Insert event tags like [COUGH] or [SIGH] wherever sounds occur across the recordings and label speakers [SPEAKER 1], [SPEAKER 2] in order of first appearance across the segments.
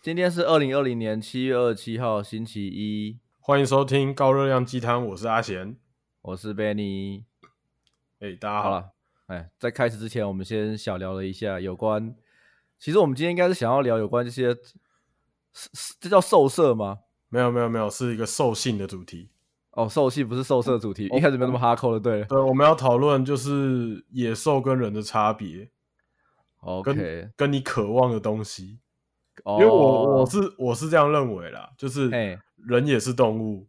[SPEAKER 1] 今天是二零二零年七月二十七号星期一，
[SPEAKER 2] 欢迎收听高热量鸡汤，我是阿贤。
[SPEAKER 1] 我是 Benny。
[SPEAKER 2] 哎、大
[SPEAKER 1] 好
[SPEAKER 2] 家好，
[SPEAKER 1] 了，哎，在开始之前，我们先小聊了一下有关，其实我们今天应该是想要聊有关这些，是是这叫兽色吗？
[SPEAKER 2] 没有没有没有，是一个兽性的主题。
[SPEAKER 1] 哦，兽性不是兽色主题，
[SPEAKER 2] 哦
[SPEAKER 1] 一开始没有那么哈扣的，对了
[SPEAKER 2] 对，我们要讨论就是野兽跟人的差别，跟
[SPEAKER 1] ，OK，哦
[SPEAKER 2] 跟你渴望的东西。
[SPEAKER 1] 因
[SPEAKER 2] 因为我我是我是这样认为啦，就是
[SPEAKER 1] 哎
[SPEAKER 2] 人也是动物，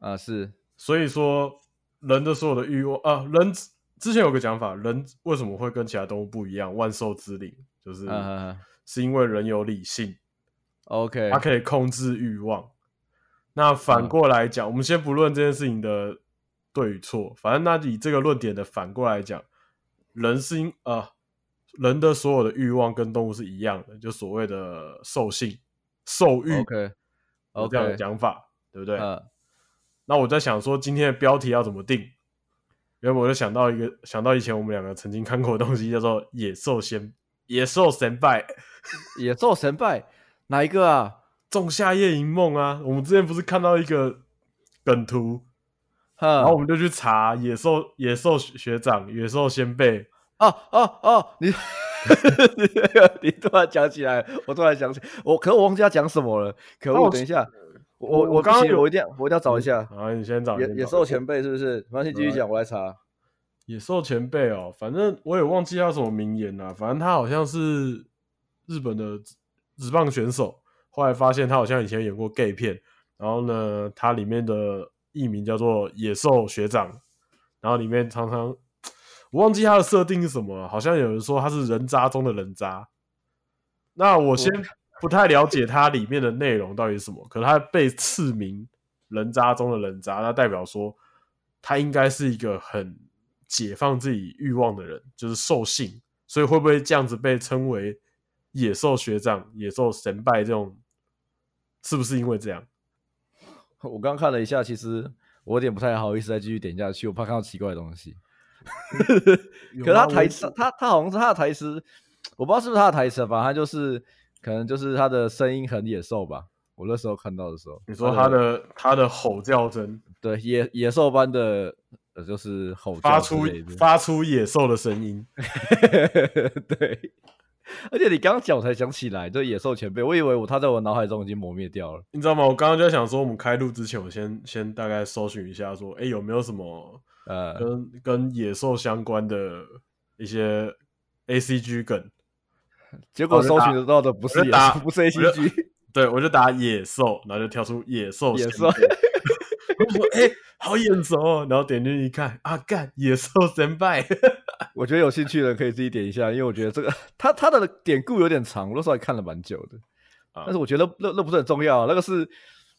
[SPEAKER 1] 啊是
[SPEAKER 2] 所以说人的所有的欲望啊，人之前有个讲法，人为什么会跟其他动物不一样？万兽之灵就是、
[SPEAKER 1] 嗯嗯嗯
[SPEAKER 2] 是因为人有理性，
[SPEAKER 1] ，OK，
[SPEAKER 2] 它可以控制欲望。那
[SPEAKER 1] 嗯
[SPEAKER 2] 反过来讲，我们先不论这件事情的对与错，反正那以这个论点的反过来讲，人是因呃人的所有的欲望跟动物是一样的，就所谓的兽性、兽欲
[SPEAKER 1] OK
[SPEAKER 2] 有这样的
[SPEAKER 1] 哦 OK，
[SPEAKER 2] 讲法，对不对？
[SPEAKER 1] 嗯
[SPEAKER 2] 那我在想说今天的标题要怎么定，原本我就想到一个，想到以前我们两个曾经看过的东西，叫做《野兽先野兽神拜》。
[SPEAKER 1] 野兽神拜哪一个啊？
[SPEAKER 2] 仲夏夜萦梦啊，我们之前不是看到一个梗图，然后我
[SPEAKER 1] 哈
[SPEAKER 2] 们就去查野兽野兽学长、野兽先辈，
[SPEAKER 1] 哦哦哦，你 [LAUGHS] 你那个你突然讲起来，我突然想起我，可是我忘记要讲什么了。可
[SPEAKER 2] 那
[SPEAKER 1] 恶，
[SPEAKER 2] 我
[SPEAKER 1] 等一下，我
[SPEAKER 2] 我
[SPEAKER 1] 我
[SPEAKER 2] 我刚刚
[SPEAKER 1] 不行
[SPEAKER 2] 有嗯
[SPEAKER 1] 我一定要我一定要找一下
[SPEAKER 2] 然后你先找
[SPEAKER 1] 野
[SPEAKER 2] 你先
[SPEAKER 1] 野
[SPEAKER 2] 找
[SPEAKER 1] 兽前辈是不是？没关系，继续讲，我来查。
[SPEAKER 2] 野兽前辈哦，反正我也忘记他什么名言啦、反正他好像是日本的职职棒选手，后来发现他好像以前演过 gay 片，然后呢，他里面的艺名叫做野兽学长，然后里面常常我忘记他的设定是什么了，好像有人说他是人渣中的人渣，那我先不太了解它里面的内容到底是什么，可是它被赐名“人渣中的人渣”，那代表说他应该是一个很解放自己欲望的人，就是兽性，所以会不会这样子被称为野兽学长、野兽神拜这种？是不是因为这样？
[SPEAKER 1] 我刚刚看了一下，其实我有点不太好意思再继续点下去，我怕看到奇怪的东西。可是他台词，他他好像是他的台词，我不知道是不是他的台词，啊反正他就是可能就是他的声音很野兽吧。我那时候看到的时候，啊
[SPEAKER 2] 你说他的他的吼叫声
[SPEAKER 1] 对野野兽般的呃就是吼
[SPEAKER 2] 发
[SPEAKER 1] 叫之
[SPEAKER 2] 出
[SPEAKER 1] 类的
[SPEAKER 2] 发出野兽的声音，
[SPEAKER 1] [LAUGHS] 对。而且你刚刚讲我才想起来，就野兽前辈，我以为我他在我脑海中已经磨灭掉了。
[SPEAKER 2] 你知道吗？我刚刚就在想说，我们开录之前，我先先大概搜寻一下说哎有没有什么
[SPEAKER 1] 呃，
[SPEAKER 2] 跟跟野兽相关的一些 A C G 梗，
[SPEAKER 1] 结果
[SPEAKER 2] 我就
[SPEAKER 1] 搜
[SPEAKER 2] 打
[SPEAKER 1] 寻得到的不是
[SPEAKER 2] 我就
[SPEAKER 1] 野
[SPEAKER 2] 打
[SPEAKER 1] 兽，不是 [LAUGHS] A
[SPEAKER 2] 我
[SPEAKER 1] C
[SPEAKER 2] 就
[SPEAKER 1] G，
[SPEAKER 2] 对我就打野兽，然后就跳出野兽
[SPEAKER 1] 野
[SPEAKER 2] 先
[SPEAKER 1] 兽
[SPEAKER 2] 辈我就说哎、好眼熟、哦，然后点进去一看啊，干野兽神拜，
[SPEAKER 1] [LAUGHS] 我觉得有兴趣的人可以自己点一下，因为我觉得这个他他的典故有点长，我那时候还看了蛮久的，
[SPEAKER 2] 啊
[SPEAKER 1] 但是我觉得那那那不是很重要、啊，那个是 [LAUGHS]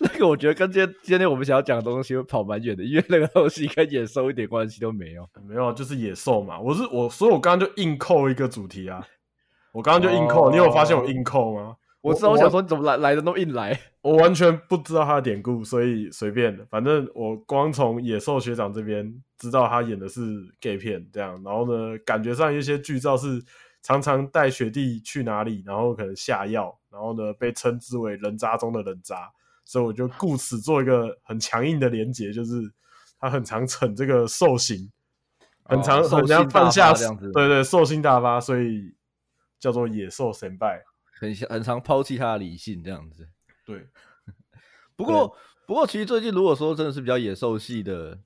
[SPEAKER 1] 那个我觉得跟今天今天我们想要讲的东西会跑蛮远的，因为那个东西跟野兽一点关系都没有。
[SPEAKER 2] [LAUGHS] 没有啊就是野兽嘛，我是我，所以我刚刚就硬扣一个主题啊，我刚刚就硬扣，
[SPEAKER 1] 哦
[SPEAKER 2] 你有发现我硬扣吗？
[SPEAKER 1] 我知道，我想说你怎么来来的那么硬来？
[SPEAKER 2] 我完全不知道他的典故，所以随便，反正我光从野兽学长这边知道他演的是 gay 片这样，然后呢，感觉上有一些剧照是常常带学弟去哪里，然后可能下药，然后呢被称之为人渣中的人渣，所以我就故此做一个很强硬的连结，就是他很常逞这个兽行，很常、
[SPEAKER 1] 哦
[SPEAKER 2] 很常犯
[SPEAKER 1] 兽性大
[SPEAKER 2] 下
[SPEAKER 1] 发这样子
[SPEAKER 2] 对对兽性大发，所以叫做野兽神拜，
[SPEAKER 1] 很很常抛弃他的理性这样子。
[SPEAKER 2] 对。
[SPEAKER 1] 不过不过，其实最近如果说真的是比较野兽系的，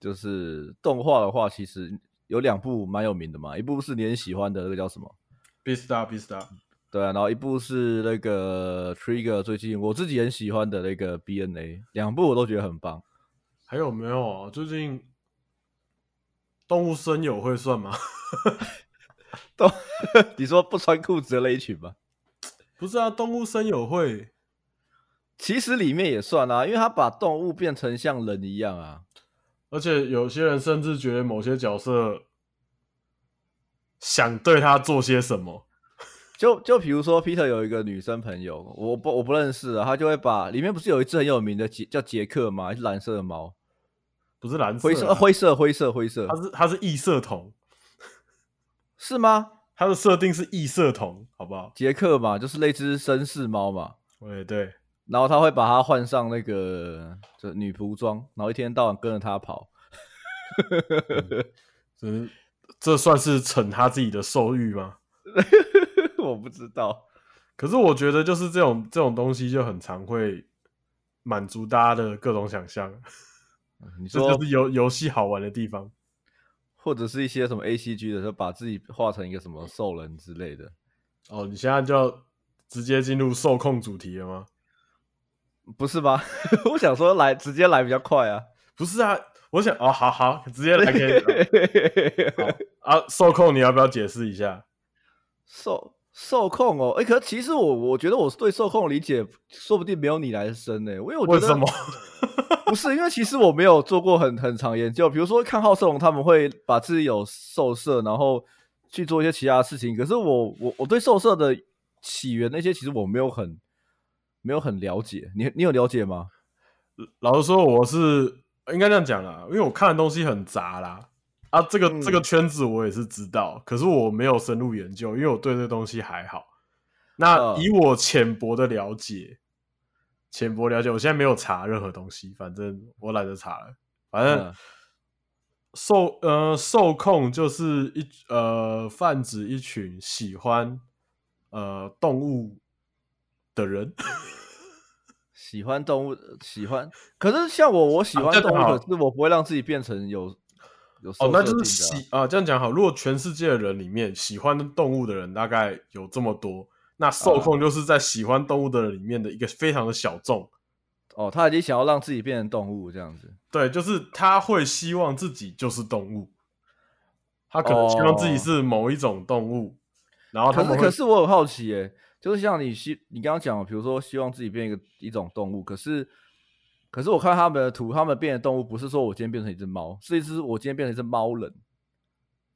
[SPEAKER 1] 就是动画的话，其实有两部蛮有名的嘛，一部是你很喜欢的那个叫什么？
[SPEAKER 2] b i s t a r b i s t a r
[SPEAKER 1] 对啊，然后一部是那个 Trigger 最近我自己很喜欢的那个 BNA，两部我都觉得很棒。 [LAUGHS]
[SPEAKER 2] 还有没有啊？最近动物声友会算吗？ [LAUGHS]
[SPEAKER 1] 都你说不穿裤子的那一群吧，
[SPEAKER 2] 不是啊，动物声友会
[SPEAKER 1] 其实里面也算啊，因为他把动物变成像人一样啊。
[SPEAKER 2] 而且有些人甚至觉得某些角色想对他做些什么。
[SPEAKER 1] 就就比如说，Peter 有一个女生朋友，我不我不认识啊，他就会把里面不是有一只很有名的杰叫杰克吗？还是蓝色的猫，
[SPEAKER 2] 不是蓝色
[SPEAKER 1] 灰
[SPEAKER 2] 啊，
[SPEAKER 1] 色、呃灰色、灰色、灰色
[SPEAKER 2] 他，是他是异色瞳，
[SPEAKER 1] 是吗？
[SPEAKER 2] 它的设定是异色瞳，好不好？
[SPEAKER 1] 杰克嘛，就是那只绅士猫嘛，
[SPEAKER 2] 哎，对，
[SPEAKER 1] 然后他会把它换上那个就女仆装，然后一天到晚跟着它跑。 [LAUGHS]
[SPEAKER 2] 这这算是逞他自己的兽欲吗？
[SPEAKER 1] 我不知道，
[SPEAKER 2] 可是我觉得就是这种这种东西就很常会满足大家的各种想象，
[SPEAKER 1] 你
[SPEAKER 2] 这
[SPEAKER 1] 说
[SPEAKER 2] 就是游游戏好玩的地方。
[SPEAKER 1] 或者是一些什么 A C G 的，就把自己画成一个什么兽人之类的，
[SPEAKER 2] 哦，你现在就要直接进入受控主题了吗？
[SPEAKER 1] 不是吧？ [LAUGHS] 我想说来直接来比较快啊。 [LAUGHS]
[SPEAKER 2] 不是啊，我想哦，好好，直接来
[SPEAKER 1] [LAUGHS]
[SPEAKER 2] 可以好啊。受控你要不要解释一下？
[SPEAKER 1] 受受控哦，哎、可是其实我我觉得我对受控理解说不定没有你来的深呢、因为我觉
[SPEAKER 2] 为
[SPEAKER 1] 得
[SPEAKER 2] 什么？
[SPEAKER 1] [LAUGHS] 不是因为其实我没有做过很很长研究，比如说看好色龙他们会把自己有兽色，然后去做一些其他的事情。可是我我我对兽色的起源那些其实我没有很没有很了解，你你有了解吗？
[SPEAKER 2] 老实说，我是呃应该这样讲啦，因为我看的东西很杂啦。啊，这个、
[SPEAKER 1] 嗯
[SPEAKER 2] 这个圈子我也是知道，可是我没有深入研究，因为我对这东西还好。那
[SPEAKER 1] 嗯
[SPEAKER 2] 以我浅薄的了解，浅薄了解，我现在没有查任何东西，反正我懒得查了。反正
[SPEAKER 1] 嗯
[SPEAKER 2] 受呃受控就是一呃泛指一群喜欢呃动物的人。
[SPEAKER 1] 喜欢动物，喜欢。可是像我，我喜
[SPEAKER 2] 啊
[SPEAKER 1] 欢
[SPEAKER 2] 这个
[SPEAKER 1] 动物，
[SPEAKER 2] 好
[SPEAKER 1] 可是我不会让自己变成有有
[SPEAKER 2] 哦
[SPEAKER 1] 兽，
[SPEAKER 2] 那
[SPEAKER 1] 色
[SPEAKER 2] 就是
[SPEAKER 1] 体的啊
[SPEAKER 2] 喜啊、这样讲好。如果全世界的人里面喜欢动物的人大概有这么多，那受
[SPEAKER 1] 啊
[SPEAKER 2] 控就是在喜欢动物的人里面的一个非常的小众。
[SPEAKER 1] 哦，他已经想要让自己变成动物这样子。
[SPEAKER 2] 对，就是他会希望自己就是动物，他可能希望自己是某一种动物，然后他
[SPEAKER 1] 哦可
[SPEAKER 2] 们
[SPEAKER 1] 是
[SPEAKER 2] 会
[SPEAKER 1] 可是我很好奇耶、就是像你希你刚刚讲的，比如说希望自己变一个一种动物，可是可是我看他们的图，他们变的动物不是说我今天变成一只猫，是一只我今天变成一只猫人。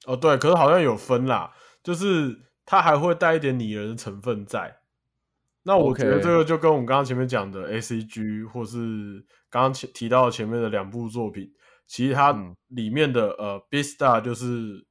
[SPEAKER 2] 哦对，可是好像有分啦，就是他还会带一点拟人的成分在。那我
[SPEAKER 1] OK
[SPEAKER 2] 觉得这个就跟我们刚刚前面讲的 A C G，或是刚刚前提到前面的两部作品，其实它
[SPEAKER 1] 嗯
[SPEAKER 2] 里面的、呃《Beastar》就是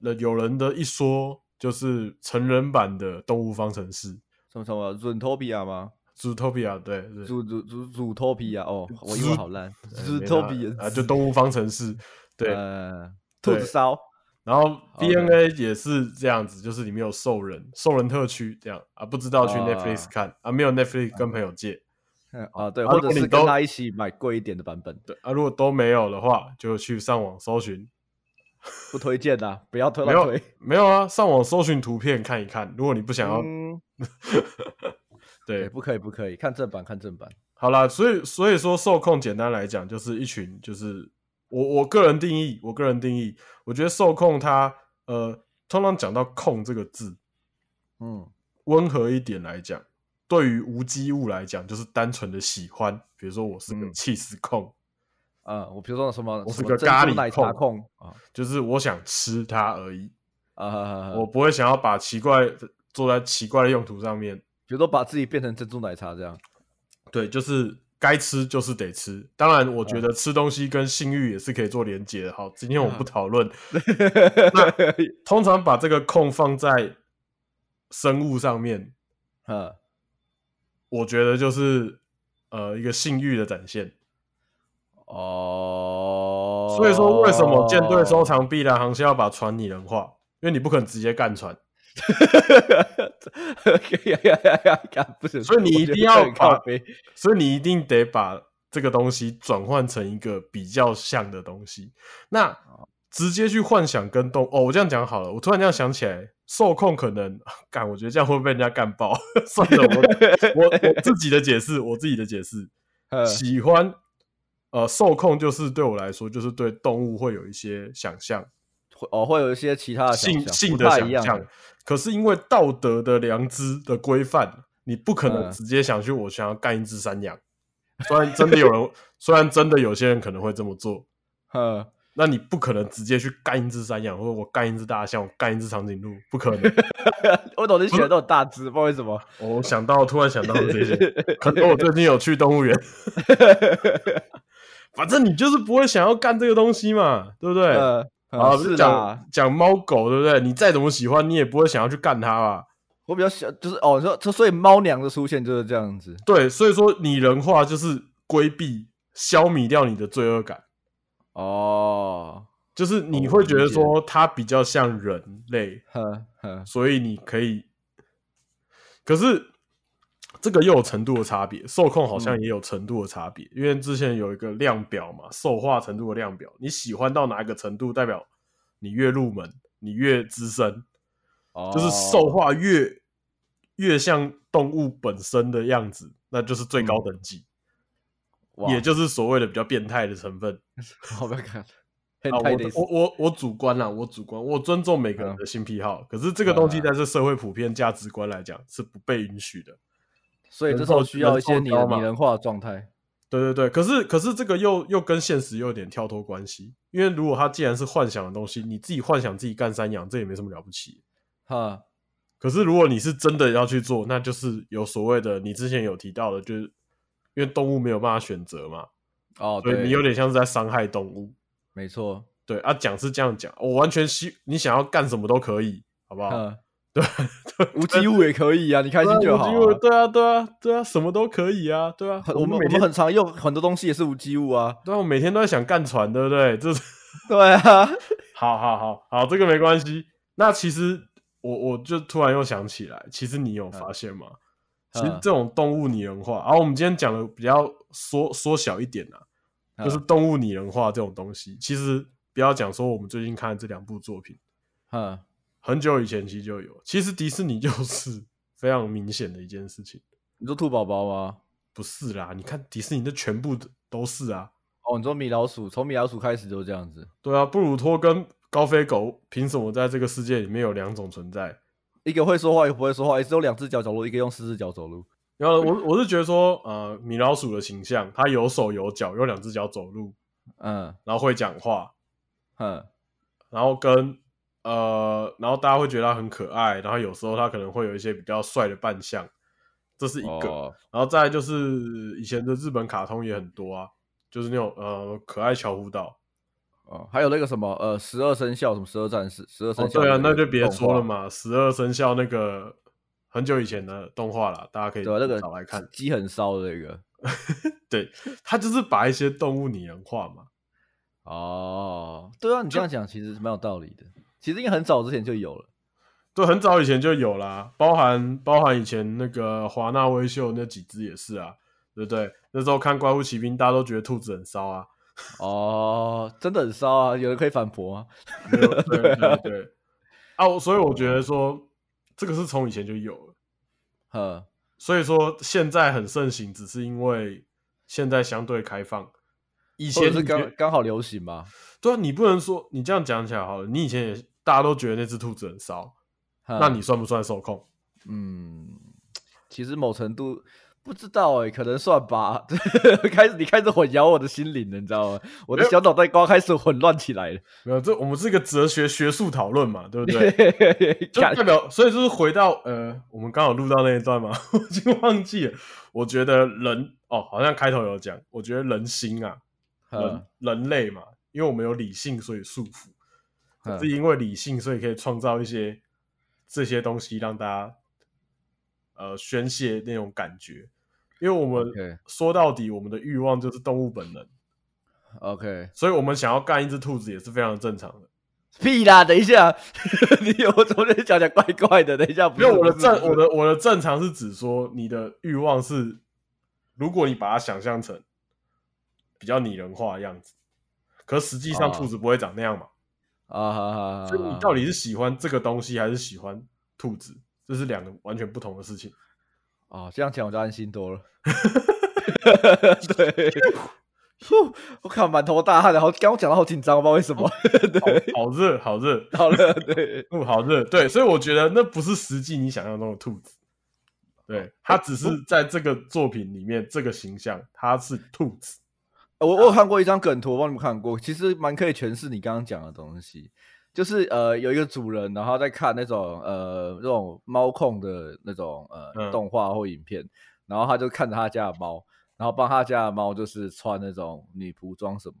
[SPEAKER 2] 那有人的一说，就是成人版的《动物方程式》
[SPEAKER 1] 什么什么 Zootopia 吗？
[SPEAKER 2] （Zootopia），对，对
[SPEAKER 1] 祖祖祖祖 Topia 哦，我英
[SPEAKER 2] 猪
[SPEAKER 1] 文好烂。
[SPEAKER 2] 哎没啦
[SPEAKER 1] Zootopia
[SPEAKER 2] 啊，就《动物方程式》对。
[SPEAKER 1] 呃兔
[SPEAKER 2] 对
[SPEAKER 1] 子烧。
[SPEAKER 2] 然后
[SPEAKER 1] 好
[SPEAKER 2] DNA 也是这样子，就是里面有兽人、兽人特区这样啊，不知道去
[SPEAKER 1] 啊
[SPEAKER 2] Netflix 看啊，没有 Netflix 跟朋友借。
[SPEAKER 1] 嗯啊，对，
[SPEAKER 2] 啊
[SPEAKER 1] 或
[SPEAKER 2] 如
[SPEAKER 1] 者
[SPEAKER 2] 果你
[SPEAKER 1] 是
[SPEAKER 2] 都
[SPEAKER 1] 跟他一起买贵一点的版本，
[SPEAKER 2] 对啊，如果都没有的话，就去上网搜寻。
[SPEAKER 1] 不推荐的、不要推
[SPEAKER 2] 没
[SPEAKER 1] 到
[SPEAKER 2] 有
[SPEAKER 1] 推。
[SPEAKER 2] 没有啊，上网搜寻图片看一看。如果你不想要，
[SPEAKER 1] 嗯，对，
[SPEAKER 2] 对，
[SPEAKER 1] 不可以，不可以，看正版，看正版。
[SPEAKER 2] 好啦，所以所以说受控，简单来讲就是一群，就是我我个人定义，我个人定义，我觉得受控它呃，通常讲到控这个字，
[SPEAKER 1] 嗯，
[SPEAKER 2] 温和一点来讲，对于无机物来讲，就是单纯的喜欢。比如说我是个
[SPEAKER 1] 嗯
[SPEAKER 2] 气势控，
[SPEAKER 1] 啊，我比如说什么，
[SPEAKER 2] 我
[SPEAKER 1] 什
[SPEAKER 2] 是
[SPEAKER 1] 么
[SPEAKER 2] 个
[SPEAKER 1] 珍
[SPEAKER 2] 咖
[SPEAKER 1] 珠
[SPEAKER 2] 喱
[SPEAKER 1] 奶茶控
[SPEAKER 2] 控
[SPEAKER 1] 啊
[SPEAKER 2] 就是我想吃它而已，
[SPEAKER 1] 啊啊啊！
[SPEAKER 2] 我
[SPEAKER 1] 我
[SPEAKER 2] 不会想要把奇怪做在奇怪的用途上面。
[SPEAKER 1] 比如说把自己变成珍珠奶茶这样，
[SPEAKER 2] 对，就是该吃就是得吃。当然，我觉得吃东西跟性欲也是可以做连结的。好，今天我们不讨论。通常把这个空放在生物上面，
[SPEAKER 1] [LAUGHS] 嗯，
[SPEAKER 2] 我觉得就是呃一个性欲的展现。
[SPEAKER 1] 哦，
[SPEAKER 2] 所以说，为什么舰
[SPEAKER 1] [LAUGHS]
[SPEAKER 2] 队收？藏必然航线要把船拟人化？因为你不肯直接干船，
[SPEAKER 1] 不是，
[SPEAKER 2] 所以你
[SPEAKER 1] 我
[SPEAKER 2] 一
[SPEAKER 1] 觉得
[SPEAKER 2] 定要
[SPEAKER 1] 很靠
[SPEAKER 2] 把
[SPEAKER 1] 背
[SPEAKER 2] 所以你一定得把这个东西转换成一个比较像的东西。那直接去幻想跟动哦，我这样讲好了。我突然这样想起来，受控可能 [LAUGHS] 干，我觉得这样会被人家干爆。 [LAUGHS] 算了，我我我自己的解释，我自己的解释，
[SPEAKER 1] 嗯
[SPEAKER 2] 喜欢呃受控就是对我来说，就是对动物会有一些想象。
[SPEAKER 1] 会哦，会有一些其他的想
[SPEAKER 2] 性
[SPEAKER 1] 象
[SPEAKER 2] 性
[SPEAKER 1] 不
[SPEAKER 2] 的
[SPEAKER 1] 太
[SPEAKER 2] 想
[SPEAKER 1] 一样
[SPEAKER 2] 象，可是因为道德的良知的规范，你不可
[SPEAKER 1] 嗯
[SPEAKER 2] 能直接想去我想要干一只山羊。虽然真的有人，虽然真的有些人可能会这么做，
[SPEAKER 1] 嗯，
[SPEAKER 2] 那你不可能直接去干一只山羊，或者我干一只大象，我干一只长颈鹿，不可
[SPEAKER 1] [LAUGHS]
[SPEAKER 2] 能。
[SPEAKER 1] 我懂你喜欢那种大只，不知道为什么。
[SPEAKER 2] 我想到，突然想到了这些，可能我最近有去动物园。 [LAUGHS] [LAUGHS] 反正你就是不会想要干这个东西嘛，对不对？
[SPEAKER 1] 呃
[SPEAKER 2] 啊，
[SPEAKER 1] 啊，
[SPEAKER 2] 不
[SPEAKER 1] 是啦
[SPEAKER 2] 讲，讲猫狗，对不对？你再怎么喜欢，你也不会想要去干它吧？
[SPEAKER 1] 我比较喜就是哦，你说这所以猫娘的出现就是这样子
[SPEAKER 2] 对，所以说拟人化就是规避、消弭掉你的罪恶感，
[SPEAKER 1] 哦，
[SPEAKER 2] 就是你
[SPEAKER 1] 哦
[SPEAKER 2] 会觉得
[SPEAKER 1] 理解
[SPEAKER 2] 说它比较像人类，
[SPEAKER 1] 呵呵，
[SPEAKER 2] 所以你可以。可是这个又有程度的差别，受控好
[SPEAKER 1] 嗯
[SPEAKER 2] 像也有程度的差别，因为之前有一个量表嘛，受化程度的量表，你喜欢到哪一个程度，代表你越入门，你越资深，
[SPEAKER 1] 哦
[SPEAKER 2] 就是兽化越越像动物本身的样子，那就是最高等级，
[SPEAKER 1] 哦哇
[SPEAKER 2] 也就是所谓的比较变态的成分。
[SPEAKER 1] 好不要
[SPEAKER 2] [LAUGHS]
[SPEAKER 1] 看，变
[SPEAKER 2] 啊，
[SPEAKER 1] 态
[SPEAKER 2] 我
[SPEAKER 1] 的意思嗯
[SPEAKER 2] 我我我主观啦，我主观，我尊重每个人的性癖好，可是这个东西在这社会普遍价值观来讲是不被允许的。
[SPEAKER 1] 所以这
[SPEAKER 2] 人
[SPEAKER 1] 时候
[SPEAKER 2] 兽
[SPEAKER 1] 需要
[SPEAKER 2] 人
[SPEAKER 1] 一些
[SPEAKER 2] 兽
[SPEAKER 1] 拟
[SPEAKER 2] 交
[SPEAKER 1] 人
[SPEAKER 2] 嘛
[SPEAKER 1] 拟人化的状态，
[SPEAKER 2] 对对对，可是可是这个又又跟现实又有点跳脱关系，因为如果它既然是幻想的东西，你自己幻想自己干山羊，这也没什么了不起。
[SPEAKER 1] 哈，
[SPEAKER 2] 可是如果你是真的要去做，那就是有所谓的，你之前有提到的，就是因为动物没有办法选择嘛，
[SPEAKER 1] 哦，
[SPEAKER 2] 所以
[SPEAKER 1] 对，
[SPEAKER 2] 你有点像是在伤害动物。
[SPEAKER 1] 没错，
[SPEAKER 2] 对啊，讲是这样讲，我完全希你想要干什么都可以，好不好？
[SPEAKER 1] 嗯，
[SPEAKER 2] 对，
[SPEAKER 1] 无机物也可以啊，你开
[SPEAKER 2] 对
[SPEAKER 1] 心
[SPEAKER 2] 啊
[SPEAKER 1] 就好
[SPEAKER 2] 我
[SPEAKER 1] 啊。
[SPEAKER 2] 因为对啊，对啊，对啊，什么都可以啊，对啊。
[SPEAKER 1] 很我们
[SPEAKER 2] 每
[SPEAKER 1] 我
[SPEAKER 2] 天
[SPEAKER 1] 们很常用很多东西也是无机物啊，
[SPEAKER 2] 对啊，我每天都在想干船，对不 [LAUGHS] 对？ [LAUGHS] 这是
[SPEAKER 1] 对啊，
[SPEAKER 2] 好好好好，这个没关系。那其实我我就突然又想起来，其实你有发现吗？其
[SPEAKER 1] 嗯
[SPEAKER 2] 实这种动物拟人化，然后我们今天讲的比较缩缩小一点啊，
[SPEAKER 1] 嗯
[SPEAKER 2] 就是动物拟人化这种东西，其实不要讲说我们最近看的这两部作品，
[SPEAKER 1] 嗯，
[SPEAKER 2] 很久以前其实就有。其实迪士尼就是非常明显的一件事情，
[SPEAKER 1] 你说兔宝宝吗？
[SPEAKER 2] 不是啦？你看迪士尼的全部的都是啊，
[SPEAKER 1] 哦，你说米老鼠，从米老鼠开始就是这样子，
[SPEAKER 2] 对啊，布鲁托跟高飞狗凭什么在这个世界里面有两种存在？
[SPEAKER 1] 一个会说话，一个不会说话，一只有两只脚走路，一个用四只脚走路。
[SPEAKER 2] 然后我我是觉得说，呃，米老鼠的形象，它有手有脚，有两只脚走路，
[SPEAKER 1] 嗯
[SPEAKER 2] 然后会讲话，
[SPEAKER 1] 哼，
[SPEAKER 2] 然后跟呃，然后大家会觉得它很可爱，然后有时候它可能会有一些比较帅的扮相，这是一个。
[SPEAKER 1] 哦
[SPEAKER 2] 然后再来就是以前的日本卡通也很多啊，就是那种呃可爱巧虎岛，
[SPEAKER 1] 哦，还有那个什么呃，十二生肖什么十二战士，十二
[SPEAKER 2] 哦
[SPEAKER 1] 生肖、
[SPEAKER 2] 对啊，那就别说了。嘛，十二生肖那个很久以前的动画啦，大家可以
[SPEAKER 1] 对啊，那个
[SPEAKER 2] 找来看。
[SPEAKER 1] 鸡很骚的那个。
[SPEAKER 2] 对，它就是把一些动物拟人化嘛。
[SPEAKER 1] 哦，对啊，你这样讲其实是蛮有道理的。其实应该很早之前就有了。
[SPEAKER 2] 对，很早以前就有啦，包含包含以前那个华纳威秀那几只也是啊，对不对？那时候看《怪物骑兵》，大家都觉得兔子很骚啊，
[SPEAKER 1] 哦，真的很骚啊！有人可以反驳吗？
[SPEAKER 2] 没有对对对
[SPEAKER 1] [LAUGHS]
[SPEAKER 2] 对啊，我所以我觉得说这个是从以前就有了，
[SPEAKER 1] 呵，
[SPEAKER 2] 所以说现在很盛行，只是因为现在相对开放，以
[SPEAKER 1] 或者
[SPEAKER 2] 前
[SPEAKER 1] 是
[SPEAKER 2] 你觉
[SPEAKER 1] 刚刚好流行吧？
[SPEAKER 2] 对啊，你不能说你这样讲起来好了，你以前也大家都觉得那只兔子很骚，
[SPEAKER 1] 呵
[SPEAKER 2] 那你算不算受控？
[SPEAKER 1] 嗯，其实某程度不知道哎、可能算吧。 [LAUGHS] 开始你开始混淆我的心灵了，你知道吗？我的
[SPEAKER 2] 没有
[SPEAKER 1] 小脑袋瓜开始混乱起来了。
[SPEAKER 2] 没有，这我们是一个哲学学术讨论嘛，对不
[SPEAKER 1] [LAUGHS]
[SPEAKER 2] 对？就
[SPEAKER 1] 干
[SPEAKER 2] 代表，所以就是回到呃，我们刚好录到那一段嘛， [LAUGHS] 我已经忘记了。我觉得人哦，好像开头有讲，我觉得人心啊，人
[SPEAKER 1] 呵
[SPEAKER 2] 人类嘛，因为我们有理性，所以束缚，
[SPEAKER 1] 呵
[SPEAKER 2] 是因为理性，所以可以创造一些这些东西让大家呃宣泄那种感觉。因为我们
[SPEAKER 1] OK
[SPEAKER 2] 说到底，我们的欲望就是动物本能，
[SPEAKER 1] OK，
[SPEAKER 2] 所以我们想要干一只兔子也是非常正常的。
[SPEAKER 1] 屁啦！等一下， [LAUGHS] 你我昨天讲讲怪怪的，等一下不
[SPEAKER 2] 因
[SPEAKER 1] 是
[SPEAKER 2] 为我的
[SPEAKER 1] 不是不
[SPEAKER 2] 正
[SPEAKER 1] 是
[SPEAKER 2] 我的我的正常是指说你的欲望是，如果你把它想象成比较拟人化的样子，可实际上
[SPEAKER 1] 哦
[SPEAKER 2] 兔子不会长那样嘛。
[SPEAKER 1] 啊哈哈，
[SPEAKER 2] 所以你到底是喜欢这个东西还是喜欢兔子，这是两个完全不同的事情。
[SPEAKER 1] 哦，这样讲我就安心多了。 [LAUGHS] 对，
[SPEAKER 2] [LAUGHS]
[SPEAKER 1] 呼我靠，满头大汗的，好，刚刚讲的好紧张，我不知道为什么。
[SPEAKER 2] 哦
[SPEAKER 1] 对，
[SPEAKER 2] 好热，好热，
[SPEAKER 1] 好了，对，
[SPEAKER 2] 嗯，好热。对，所以我觉得那不是实际你想象中的兔子，对，它只是在这个作品里面这个形象，它是兔子。
[SPEAKER 1] 我我有看过一张梗图，我帮你们看过，其实蛮可以诠释你刚刚讲的东西。就是呃，有一个主人，然后在看那种呃那种猫控的那种呃、
[SPEAKER 2] 嗯
[SPEAKER 1] 动画或影片，然后他就看着他家的猫，然后帮他家的猫就是穿那种女仆装什么，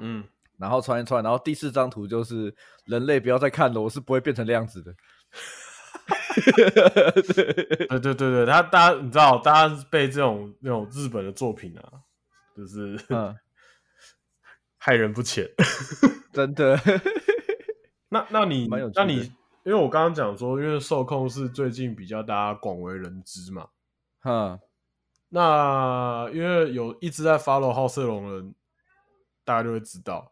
[SPEAKER 2] 嗯，
[SPEAKER 1] 然后穿一穿，然后第四张图就是人类不要再看了，我是不会变成那样子的。对
[SPEAKER 2] 对对对对，他大家你知道，大家被这种那种日本的作品啊，就是、 [LAUGHS]
[SPEAKER 1] 嗯
[SPEAKER 2] 害人不浅。
[SPEAKER 1] 真的， [LAUGHS]
[SPEAKER 2] 那那你
[SPEAKER 1] 蛮有趣
[SPEAKER 2] 那
[SPEAKER 1] 的
[SPEAKER 2] 你，因为我刚刚讲说，因为受控是最近比较大家广为人知嘛。
[SPEAKER 1] 嗯，
[SPEAKER 2] 那因为有一直在 follow 好色龙的人，大家就会知道。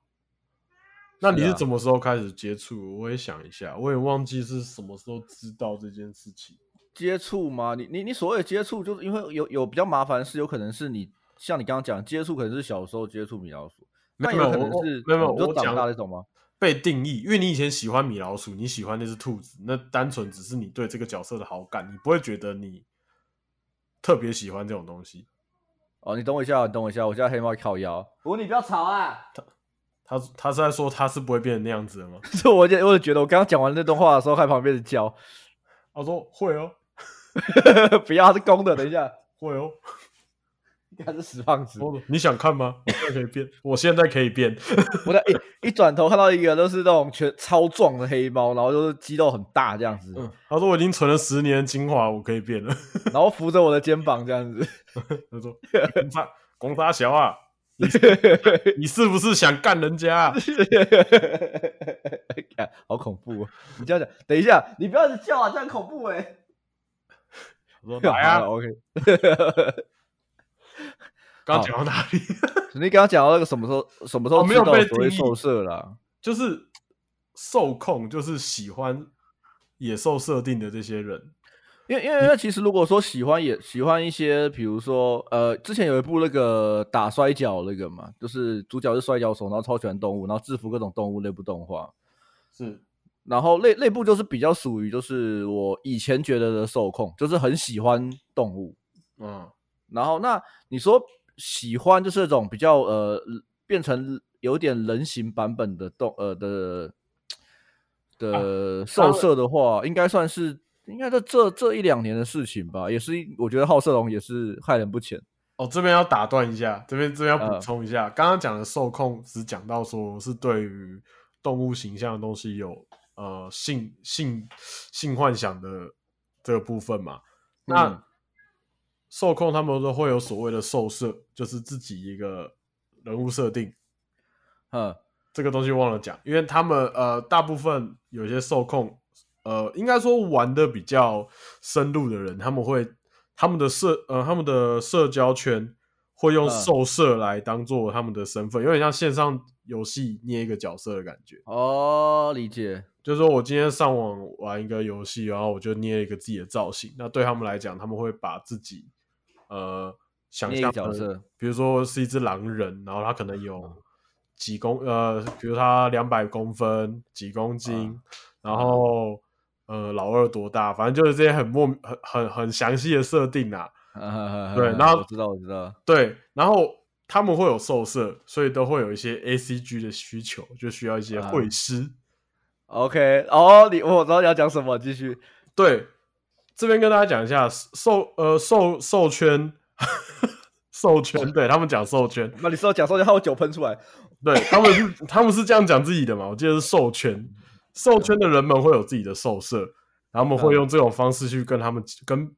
[SPEAKER 2] 那你
[SPEAKER 1] 是
[SPEAKER 2] 是
[SPEAKER 1] 啊
[SPEAKER 2] 什么时候开始接触？我也想一下，我也忘记是什么时候知道这件事情。
[SPEAKER 1] 接触吗？你你你所谓的接触，就是因为有有比较麻烦的事，有可能是你像你刚刚讲接触，可能是小时候接触米老鼠，那
[SPEAKER 2] 没
[SPEAKER 1] 有
[SPEAKER 2] 有
[SPEAKER 1] 可
[SPEAKER 2] 我
[SPEAKER 1] 能
[SPEAKER 2] 我
[SPEAKER 1] 是
[SPEAKER 2] 没有没有
[SPEAKER 1] 你说
[SPEAKER 2] 我
[SPEAKER 1] 长
[SPEAKER 2] 讲
[SPEAKER 1] 大那种吗？
[SPEAKER 2] 被定义，因为你以前喜欢米老鼠，你喜欢那只兔子，那单纯只是你对这个角色的好感，你不会觉得你特别喜欢这种东西。
[SPEAKER 1] 哦，你等我一下，你等我一下，我家黑猫靠腰。我你不要吵啊！
[SPEAKER 2] 他他是在说他是不会变成那样子的吗？
[SPEAKER 1] [LAUGHS] 是我就我就觉得我刚刚讲完那段话的时候，害旁边人叫，
[SPEAKER 2] 他说会哦，
[SPEAKER 1] [LAUGHS] 不要，它是公的。等一下，
[SPEAKER 2] 会哦。
[SPEAKER 1] 看是死胖子。
[SPEAKER 2] 我说你想看吗？我现在可以变，我现在可以变。
[SPEAKER 1] 我在一一转头看到一个都是那种全超壮的黑猫，然后就是肌肉很大这样子，
[SPEAKER 2] 嗯，他说我已经存了十年的精华，我可以变
[SPEAKER 1] [LAUGHS]
[SPEAKER 2] 了。
[SPEAKER 1] 然后扶着我的肩膀这样子。
[SPEAKER 2] 他说公差公差小啊，
[SPEAKER 1] [LAUGHS]
[SPEAKER 2] 你是不是想干人家、啊？
[SPEAKER 1] 干哎好恐怖、哦！你这样讲，等一下，你不要一直叫啊，这样恐怖哎、[LAUGHS]
[SPEAKER 2] 我说
[SPEAKER 1] 好
[SPEAKER 2] 来啊
[SPEAKER 1] 了，，OK。
[SPEAKER 2] 刚刚讲到哪里？ [LAUGHS]
[SPEAKER 1] 你刚刚讲到那个什么时候什么时候
[SPEAKER 2] 哦没有
[SPEAKER 1] 知道
[SPEAKER 2] 被
[SPEAKER 1] 所谓
[SPEAKER 2] 定义
[SPEAKER 1] 受射啦？
[SPEAKER 2] 就是受控，就是喜欢野兽设定的这些人。
[SPEAKER 1] 因为因为因为其实如果说喜欢也喜欢一些，比如说呃，之前有一部那个打摔跤那个嘛，就是主角是摔跤手，然后超喜欢动物，然后制服各种动物那部动画，
[SPEAKER 2] 是，
[SPEAKER 1] 然后那那部就是比较属于就是我以前觉得的受控，就是很喜欢动物。
[SPEAKER 2] 嗯，
[SPEAKER 1] 然后那你说喜欢就是这种比较呃变成有点人形版本的动呃的
[SPEAKER 2] 啊
[SPEAKER 1] 的
[SPEAKER 2] 当
[SPEAKER 1] 兽
[SPEAKER 2] 然
[SPEAKER 1] 色的话，应该算是应该在这这一两年的事情吧，也是一我觉得好色龙也是害人不浅。
[SPEAKER 2] 哦，这边要打断一下，这边这边要补
[SPEAKER 1] 嗯
[SPEAKER 2] 充一下，刚刚讲的受控只讲到说是对于动物形象的东西有呃性性性幻想的这个部分嘛。那、
[SPEAKER 1] 嗯
[SPEAKER 2] 受控他们都会有所谓的兽设，就是自己一个人物设定，
[SPEAKER 1] 嗯
[SPEAKER 2] 这个东西忘了讲，因为他们呃，大部分有些受控，呃，应该说玩的比较深入的人，他们会他们的社呃他们的社交圈会用
[SPEAKER 1] 嗯
[SPEAKER 2] 兽社来当做他们的身份，有点像线上游戏捏一个角色的感觉。
[SPEAKER 1] 哦，理解。
[SPEAKER 2] 就是说我今天上网玩一个游戏，然后我就捏一个自己的造型。那对他们来讲，他们会把自己呃想
[SPEAKER 1] 捏一
[SPEAKER 2] 象
[SPEAKER 1] 个角
[SPEAKER 2] 成
[SPEAKER 1] 色，哦
[SPEAKER 2] 比如说是一只狼人，然后他可能有几公呃，比如他两百公分几公斤，
[SPEAKER 1] 啊
[SPEAKER 2] 然后呃老二多大，反正就是这些很莫很很很详细的设定啊。对
[SPEAKER 1] 对
[SPEAKER 2] 然后
[SPEAKER 1] 我知道我知道，
[SPEAKER 2] 对，然后他们会有兽色，所以都会有一些 A C G 的需求，就需要一些
[SPEAKER 1] 啊
[SPEAKER 2] 绘师。
[SPEAKER 1] OK，哦，你我知道你要讲什么，继续。
[SPEAKER 2] 对，这边跟大家讲一下兽呃兽兽圈， [LAUGHS] 兽圈，对他们讲兽圈，
[SPEAKER 1] 那你是要讲说就还有酒喷出来，
[SPEAKER 2] 对他们是他们是这样讲自己的嘛？我记得是兽圈，兽圈的人们会有自己的兽社，他们会用这种方式去跟他们跟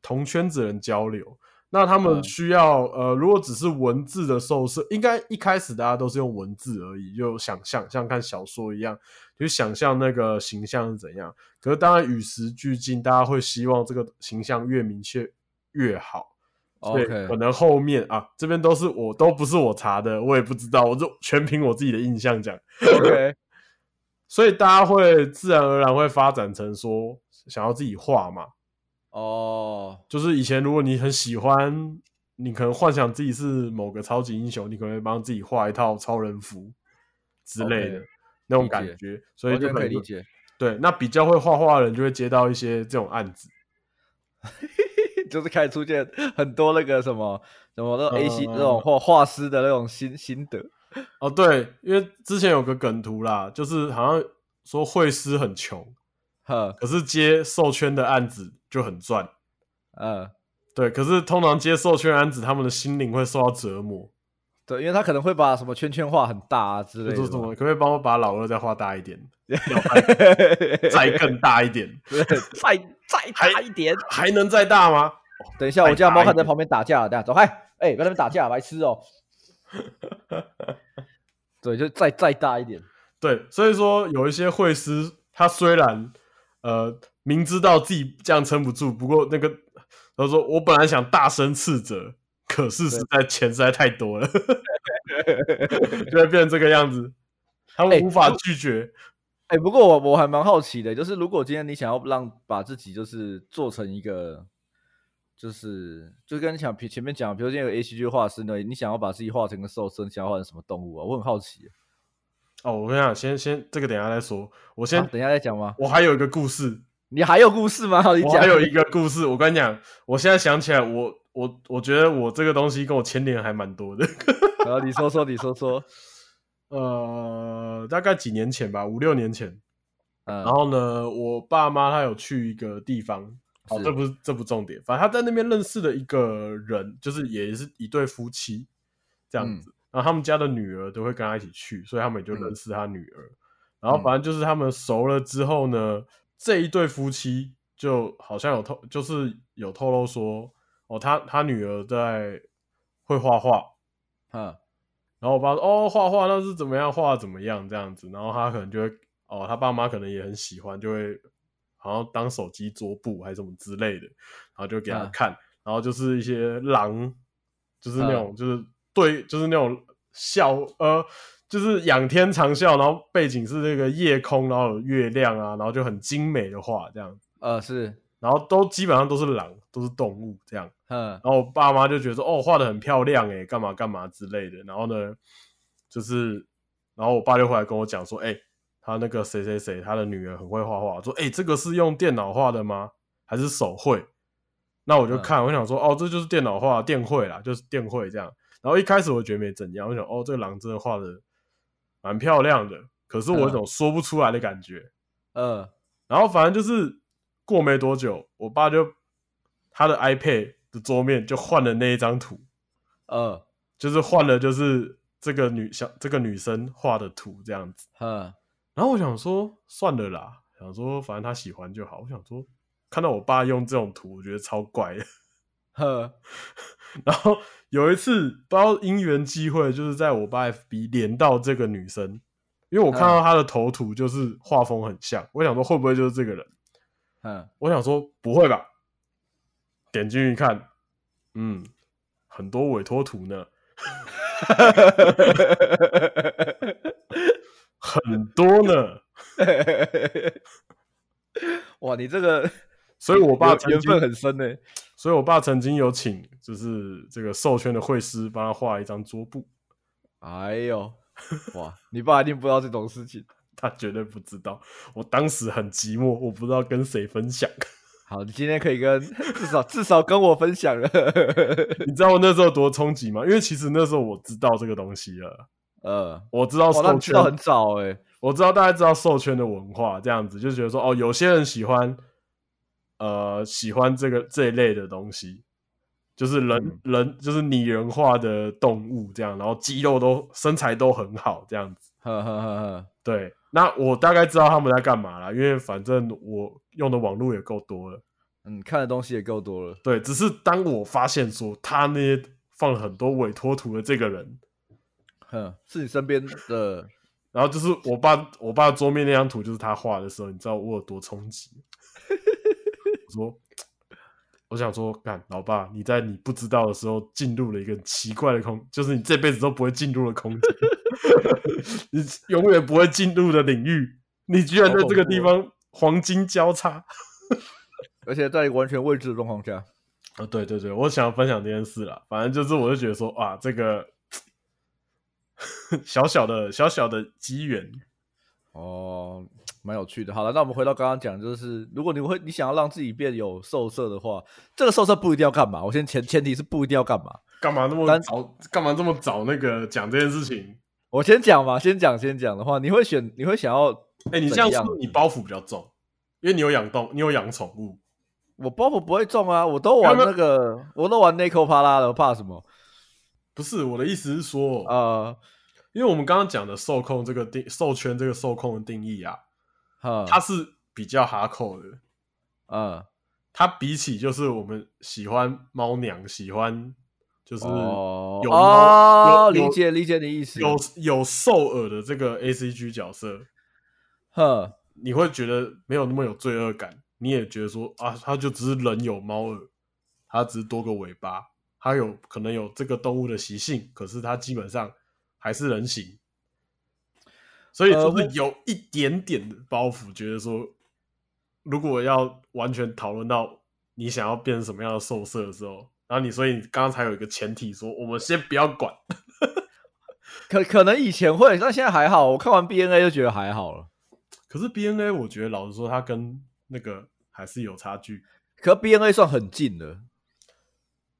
[SPEAKER 2] 同圈子人交流。那他们
[SPEAKER 1] 嗯
[SPEAKER 2] 需要、呃，如果只是文字的兽社，应该一开始大家都是用文字而已，就想象像看小说一样，就想象那个形象是怎样。可是当然与时俱进，大家会希望这个形象越明确越好。所以
[SPEAKER 1] OK
[SPEAKER 2] 可能后面啊，这边都是我都不是我查的，我也不知道，我就全凭我自己的印象讲。
[SPEAKER 1] OK，
[SPEAKER 2] 所以大家会自然而然会发展成说想要自己画嘛，
[SPEAKER 1] 哦，
[SPEAKER 2] 就是以前如果你很喜欢，你可能幻想自己是某个超级英雄，你可能会帮自己画一套超人服之类的
[SPEAKER 1] OK，
[SPEAKER 2] 那种
[SPEAKER 1] 理
[SPEAKER 2] 感
[SPEAKER 1] 解
[SPEAKER 2] 觉，所以
[SPEAKER 1] 完
[SPEAKER 2] 就
[SPEAKER 1] 全可以
[SPEAKER 2] 能
[SPEAKER 1] 理解。
[SPEAKER 2] 对，那比较会画画的人就会接到一些这种案子，
[SPEAKER 1] [LAUGHS] 就是开始出现很多那个什么什么那种 A 型、
[SPEAKER 2] 嗯
[SPEAKER 1] 那种画画师的那种心心得。
[SPEAKER 2] 哦，对，因为之前有个梗图啦，就是好像说会师很穷，
[SPEAKER 1] 呵，
[SPEAKER 2] 可是接授圈的案子就很赚。
[SPEAKER 1] 嗯，
[SPEAKER 2] 对，可是通常接授圈案子，他们的心灵会受到折磨。
[SPEAKER 1] 对，因为他可能会把什么圈圈画很大啊之类
[SPEAKER 2] 就
[SPEAKER 1] 的
[SPEAKER 2] 是什
[SPEAKER 1] 嘛。
[SPEAKER 2] 么？可不可以帮我把老二再画大一点，要再 [LAUGHS] 再更大一点，
[SPEAKER 1] 对再再大一点。
[SPEAKER 2] 还能再大吗？
[SPEAKER 1] 等一下，
[SPEAKER 2] 再
[SPEAKER 1] 我家
[SPEAKER 2] 大
[SPEAKER 1] 猫
[SPEAKER 2] 一
[SPEAKER 1] 看在
[SPEAKER 2] 点
[SPEAKER 1] 旁边打架了，等一下走开！哎、不要在那边打架，白痴哦、
[SPEAKER 2] [LAUGHS]
[SPEAKER 1] 对，就再再大一点。
[SPEAKER 2] 对，所以说有一些会师，他虽然呃明知道自己这样撑不住，不过那个他说我本来想大声斥责，可是实在钱实在太多了，就会变成这个样子，他
[SPEAKER 1] 哎
[SPEAKER 2] 们无法拒绝。
[SPEAKER 1] 哎、不过我我还蛮好奇的，就是如果今天你想要让把自己就是做成一个，就是就跟你想前面讲，比如今天有 A C G 画师呢，你想要把自己画成个兽身，想要画成什么动物啊？我很好奇。
[SPEAKER 2] 哦，我跟你讲，先先这个等一下再说，我先、
[SPEAKER 1] 啊、等一下再讲吗？
[SPEAKER 2] 我还有一个故事，
[SPEAKER 1] 你还有故事吗？ [LAUGHS] 你
[SPEAKER 2] 我
[SPEAKER 1] 讲
[SPEAKER 2] 还有一个故事，我跟你讲，我现在想起来，我我我觉得我这个东西跟我牵连还蛮多的。 [LAUGHS]
[SPEAKER 1] 然后你说说，你说说。
[SPEAKER 2] 呃，大概几年前吧，五六年前。
[SPEAKER 1] 嗯，
[SPEAKER 2] 然后呢，我爸妈他有去一个地方，哦
[SPEAKER 1] 是，
[SPEAKER 2] 这不是这不重点，反正他在那边认识了一个人，就是也是一对夫妻这
[SPEAKER 1] 嗯
[SPEAKER 2] 样子。然后他们家的女儿都会跟他一起去，所以他们也就认识他女儿。然
[SPEAKER 1] 嗯
[SPEAKER 2] 后反正就是他们熟了之后呢，这一对夫妻就好像有透，就是有透露说，哦，他他女儿在会画画，
[SPEAKER 1] 嗯，
[SPEAKER 2] 然后我爸说：“哦，画画那是怎么样画怎么样这样子。”然后他可能就会哦，他爸妈可能也很喜欢，就会好像当手机桌布还是什么之类的，然后就给他
[SPEAKER 1] 嗯
[SPEAKER 2] 看，然后就是一些狼，就是那种、就是对，就是那种笑呃，就是仰天长啸，然后背景是那个夜空，然后有月亮啊，然后就很精美的画这样，
[SPEAKER 1] 呃，是，
[SPEAKER 2] 然后都基本上都是狼，都是动物这样。
[SPEAKER 1] 嗯，
[SPEAKER 2] 然后我爸妈就觉得说，哦，画的很漂亮诶，干嘛干嘛之类的。然后呢，就是，然后我爸就回来跟我讲说，哎、他那个谁谁谁，他的女儿很会画画，说，哎、这个是用电脑画的吗？还是手绘？那我就看，我想说，哦，这就是电脑画电绘啦，就是电绘这样。然后一开始我觉得没怎样，我想，哦，这个狼真的画的蛮漂亮的，可是我有一种说不出来的感觉。
[SPEAKER 1] 呃，
[SPEAKER 2] 然后反正就是过没多久，我爸就他的 iPad 的桌面就换了那一张图，
[SPEAKER 1] 呃，
[SPEAKER 2] 就是换了就是这个女小这个女生画的图这样子。
[SPEAKER 1] 嗯，
[SPEAKER 2] 然后我想说算了啦，想说反正他喜欢就好。我想说看到我爸用这种图，我觉得超怪的。
[SPEAKER 1] 呵，
[SPEAKER 2] 然后有一次不知道因缘际会，就是在我爸 FB 连到这个女生，因为我看到她的头图就是画风很像，我想说会不会就是这个人。
[SPEAKER 1] 嗯，
[SPEAKER 2] 我想说不会吧，点进去一看，嗯，很多委托图呢，很多呢，
[SPEAKER 1] [LAUGHS] 哇，你这个
[SPEAKER 2] 所以我爸
[SPEAKER 1] 缘
[SPEAKER 2] 曾
[SPEAKER 1] 缘分
[SPEAKER 2] 经，
[SPEAKER 1] 很深呢。
[SPEAKER 2] 所以我爸曾经有请就是这个授权的绘师帮他画一张桌布，
[SPEAKER 1] 哎呦，哇，你爸一定不知道这种事情。
[SPEAKER 2] 他绝对不知道，我当时很寂寞，我不知道跟谁分享， [LAUGHS]
[SPEAKER 1] 好，你今天可以跟至少至少跟我分享了。 [LAUGHS]
[SPEAKER 2] 你知道我那时候多冲击吗？因为其实那时候我知道这个东西了，
[SPEAKER 1] 呃，
[SPEAKER 2] 我知道
[SPEAKER 1] 哇，那
[SPEAKER 2] 授
[SPEAKER 1] 你知
[SPEAKER 2] 权
[SPEAKER 1] 道很早哎、
[SPEAKER 2] 我知道大家知道兽圈的文化，这样子就觉得说，哦，有些人喜欢，呃，喜欢这个这一类的东西，就是人、人就是拟人化的动物这样，然后肌肉都身材都很好这样子。
[SPEAKER 1] 呵呵呵呵，
[SPEAKER 2] 对，那我大概知道他们在干嘛啦，因为反正我用的网络也够多了。
[SPEAKER 1] 嗯，看的东西也够多了。
[SPEAKER 2] 对，只是当我发现说他那些放了很多委托图的这个人，
[SPEAKER 1] 哼，是你身边的，
[SPEAKER 2] 然后就是我爸我爸桌面那张图就是他画的时候，你知道我有多冲击？我说，我想说，干老爸，你在你不知道的时候进入了一个很奇怪的空，就是你这辈子都不会进入的空间， [LAUGHS] 你永远不会进入的领域，你居然在这个地方黄金交叉。
[SPEAKER 1] 而且在完全未知的状况下，
[SPEAKER 2] 啊，对对对，我想要分享这件事啦。反正就是，我就觉得说，啊，这个 [LAUGHS] 小小的小小的机缘，
[SPEAKER 1] 哦，蛮有趣的。好了，那我们回到刚刚讲，就是如果你会你想要让自己变有受色的话，这个受色不一定要干嘛。我先前前提是不一定要干嘛。
[SPEAKER 2] 干嘛那么
[SPEAKER 1] 但
[SPEAKER 2] 早？干嘛这么早？那个讲这件事情，
[SPEAKER 1] 我先讲嘛，先讲先讲的话，你会选你会想要
[SPEAKER 2] 哎、你
[SPEAKER 1] 怎
[SPEAKER 2] 这样是
[SPEAKER 1] 样
[SPEAKER 2] 不是你包袱比较重？因为你有养动，你有养宠物。
[SPEAKER 1] 我包袱不会中啊，我都玩
[SPEAKER 2] 没有
[SPEAKER 1] 那个，我都玩内扣帕拉了，我怕什么？
[SPEAKER 2] 不是我的意思是说，
[SPEAKER 1] 啊
[SPEAKER 2] 因为我们刚刚讲的受控这个定授权这个受控的定义啊，
[SPEAKER 1] 哈
[SPEAKER 2] 它是比较哈扣的，
[SPEAKER 1] 啊
[SPEAKER 2] 它比起就是我们喜欢猫娘，喜欢就是有
[SPEAKER 1] 哦
[SPEAKER 2] 猫、
[SPEAKER 1] 哦
[SPEAKER 2] 有
[SPEAKER 1] 理解理解你的意思
[SPEAKER 2] 有有受耳的这个 A C G 角色，
[SPEAKER 1] 哈
[SPEAKER 2] 你会觉得没有那么有罪恶感，你也觉得说啊，它就只是人有猫耳，它只是多个尾巴，它有可能有这个动物的习性，可是它基本上还是人形，所以就
[SPEAKER 1] 呃
[SPEAKER 2] 是有一点点的包袱，觉得说，如果要完全讨论到你想要变成什么样的兽色的时候，然后你所以你刚刚才有一个前提说，我们先不要管， [LAUGHS]
[SPEAKER 1] 可可能以前会，但现在还好。我看完 BNA 就觉得还好了。
[SPEAKER 2] 可是 BNA 我觉得老实说，它跟那个还是有差距。
[SPEAKER 1] 可 BNA 算很近了，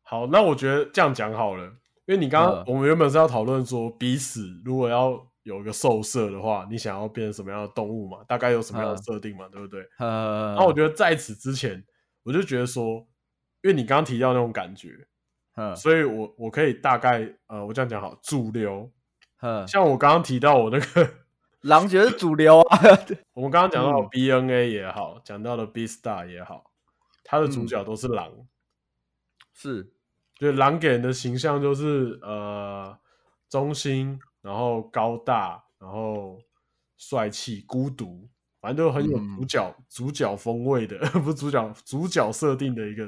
[SPEAKER 2] 好，那我觉得这样讲好了，因为你刚
[SPEAKER 1] 嗯
[SPEAKER 2] 刚、我们原本是要讨论说，彼此如果要有一个兽色的话，你想要变成什么样的动物嘛？大概有什么样的
[SPEAKER 1] 嗯
[SPEAKER 2] 设定嘛？对不对？
[SPEAKER 1] 呃，
[SPEAKER 2] 那我觉得在此之前，我就觉得说，因为你刚刚提到那种感觉，
[SPEAKER 1] 嗯
[SPEAKER 2] 所以我我可以大概呃，我这样讲好，主流，
[SPEAKER 1] 嗯，
[SPEAKER 2] 像我刚刚提到我那个，
[SPEAKER 1] 狼觉得主流啊，
[SPEAKER 2] 我们刚刚讲到
[SPEAKER 1] 嗯
[SPEAKER 2] BNA 也好，讲到了 B Star 也好，它的主
[SPEAKER 1] 嗯
[SPEAKER 2] 角都是狼，
[SPEAKER 1] 是
[SPEAKER 2] 就狼给人的形象就是呃中心，然后高大，然后帅气、孤独，反正都很有
[SPEAKER 1] 嗯
[SPEAKER 2] 主角、主角风味的， [LAUGHS] 不是主角主角设定的一个。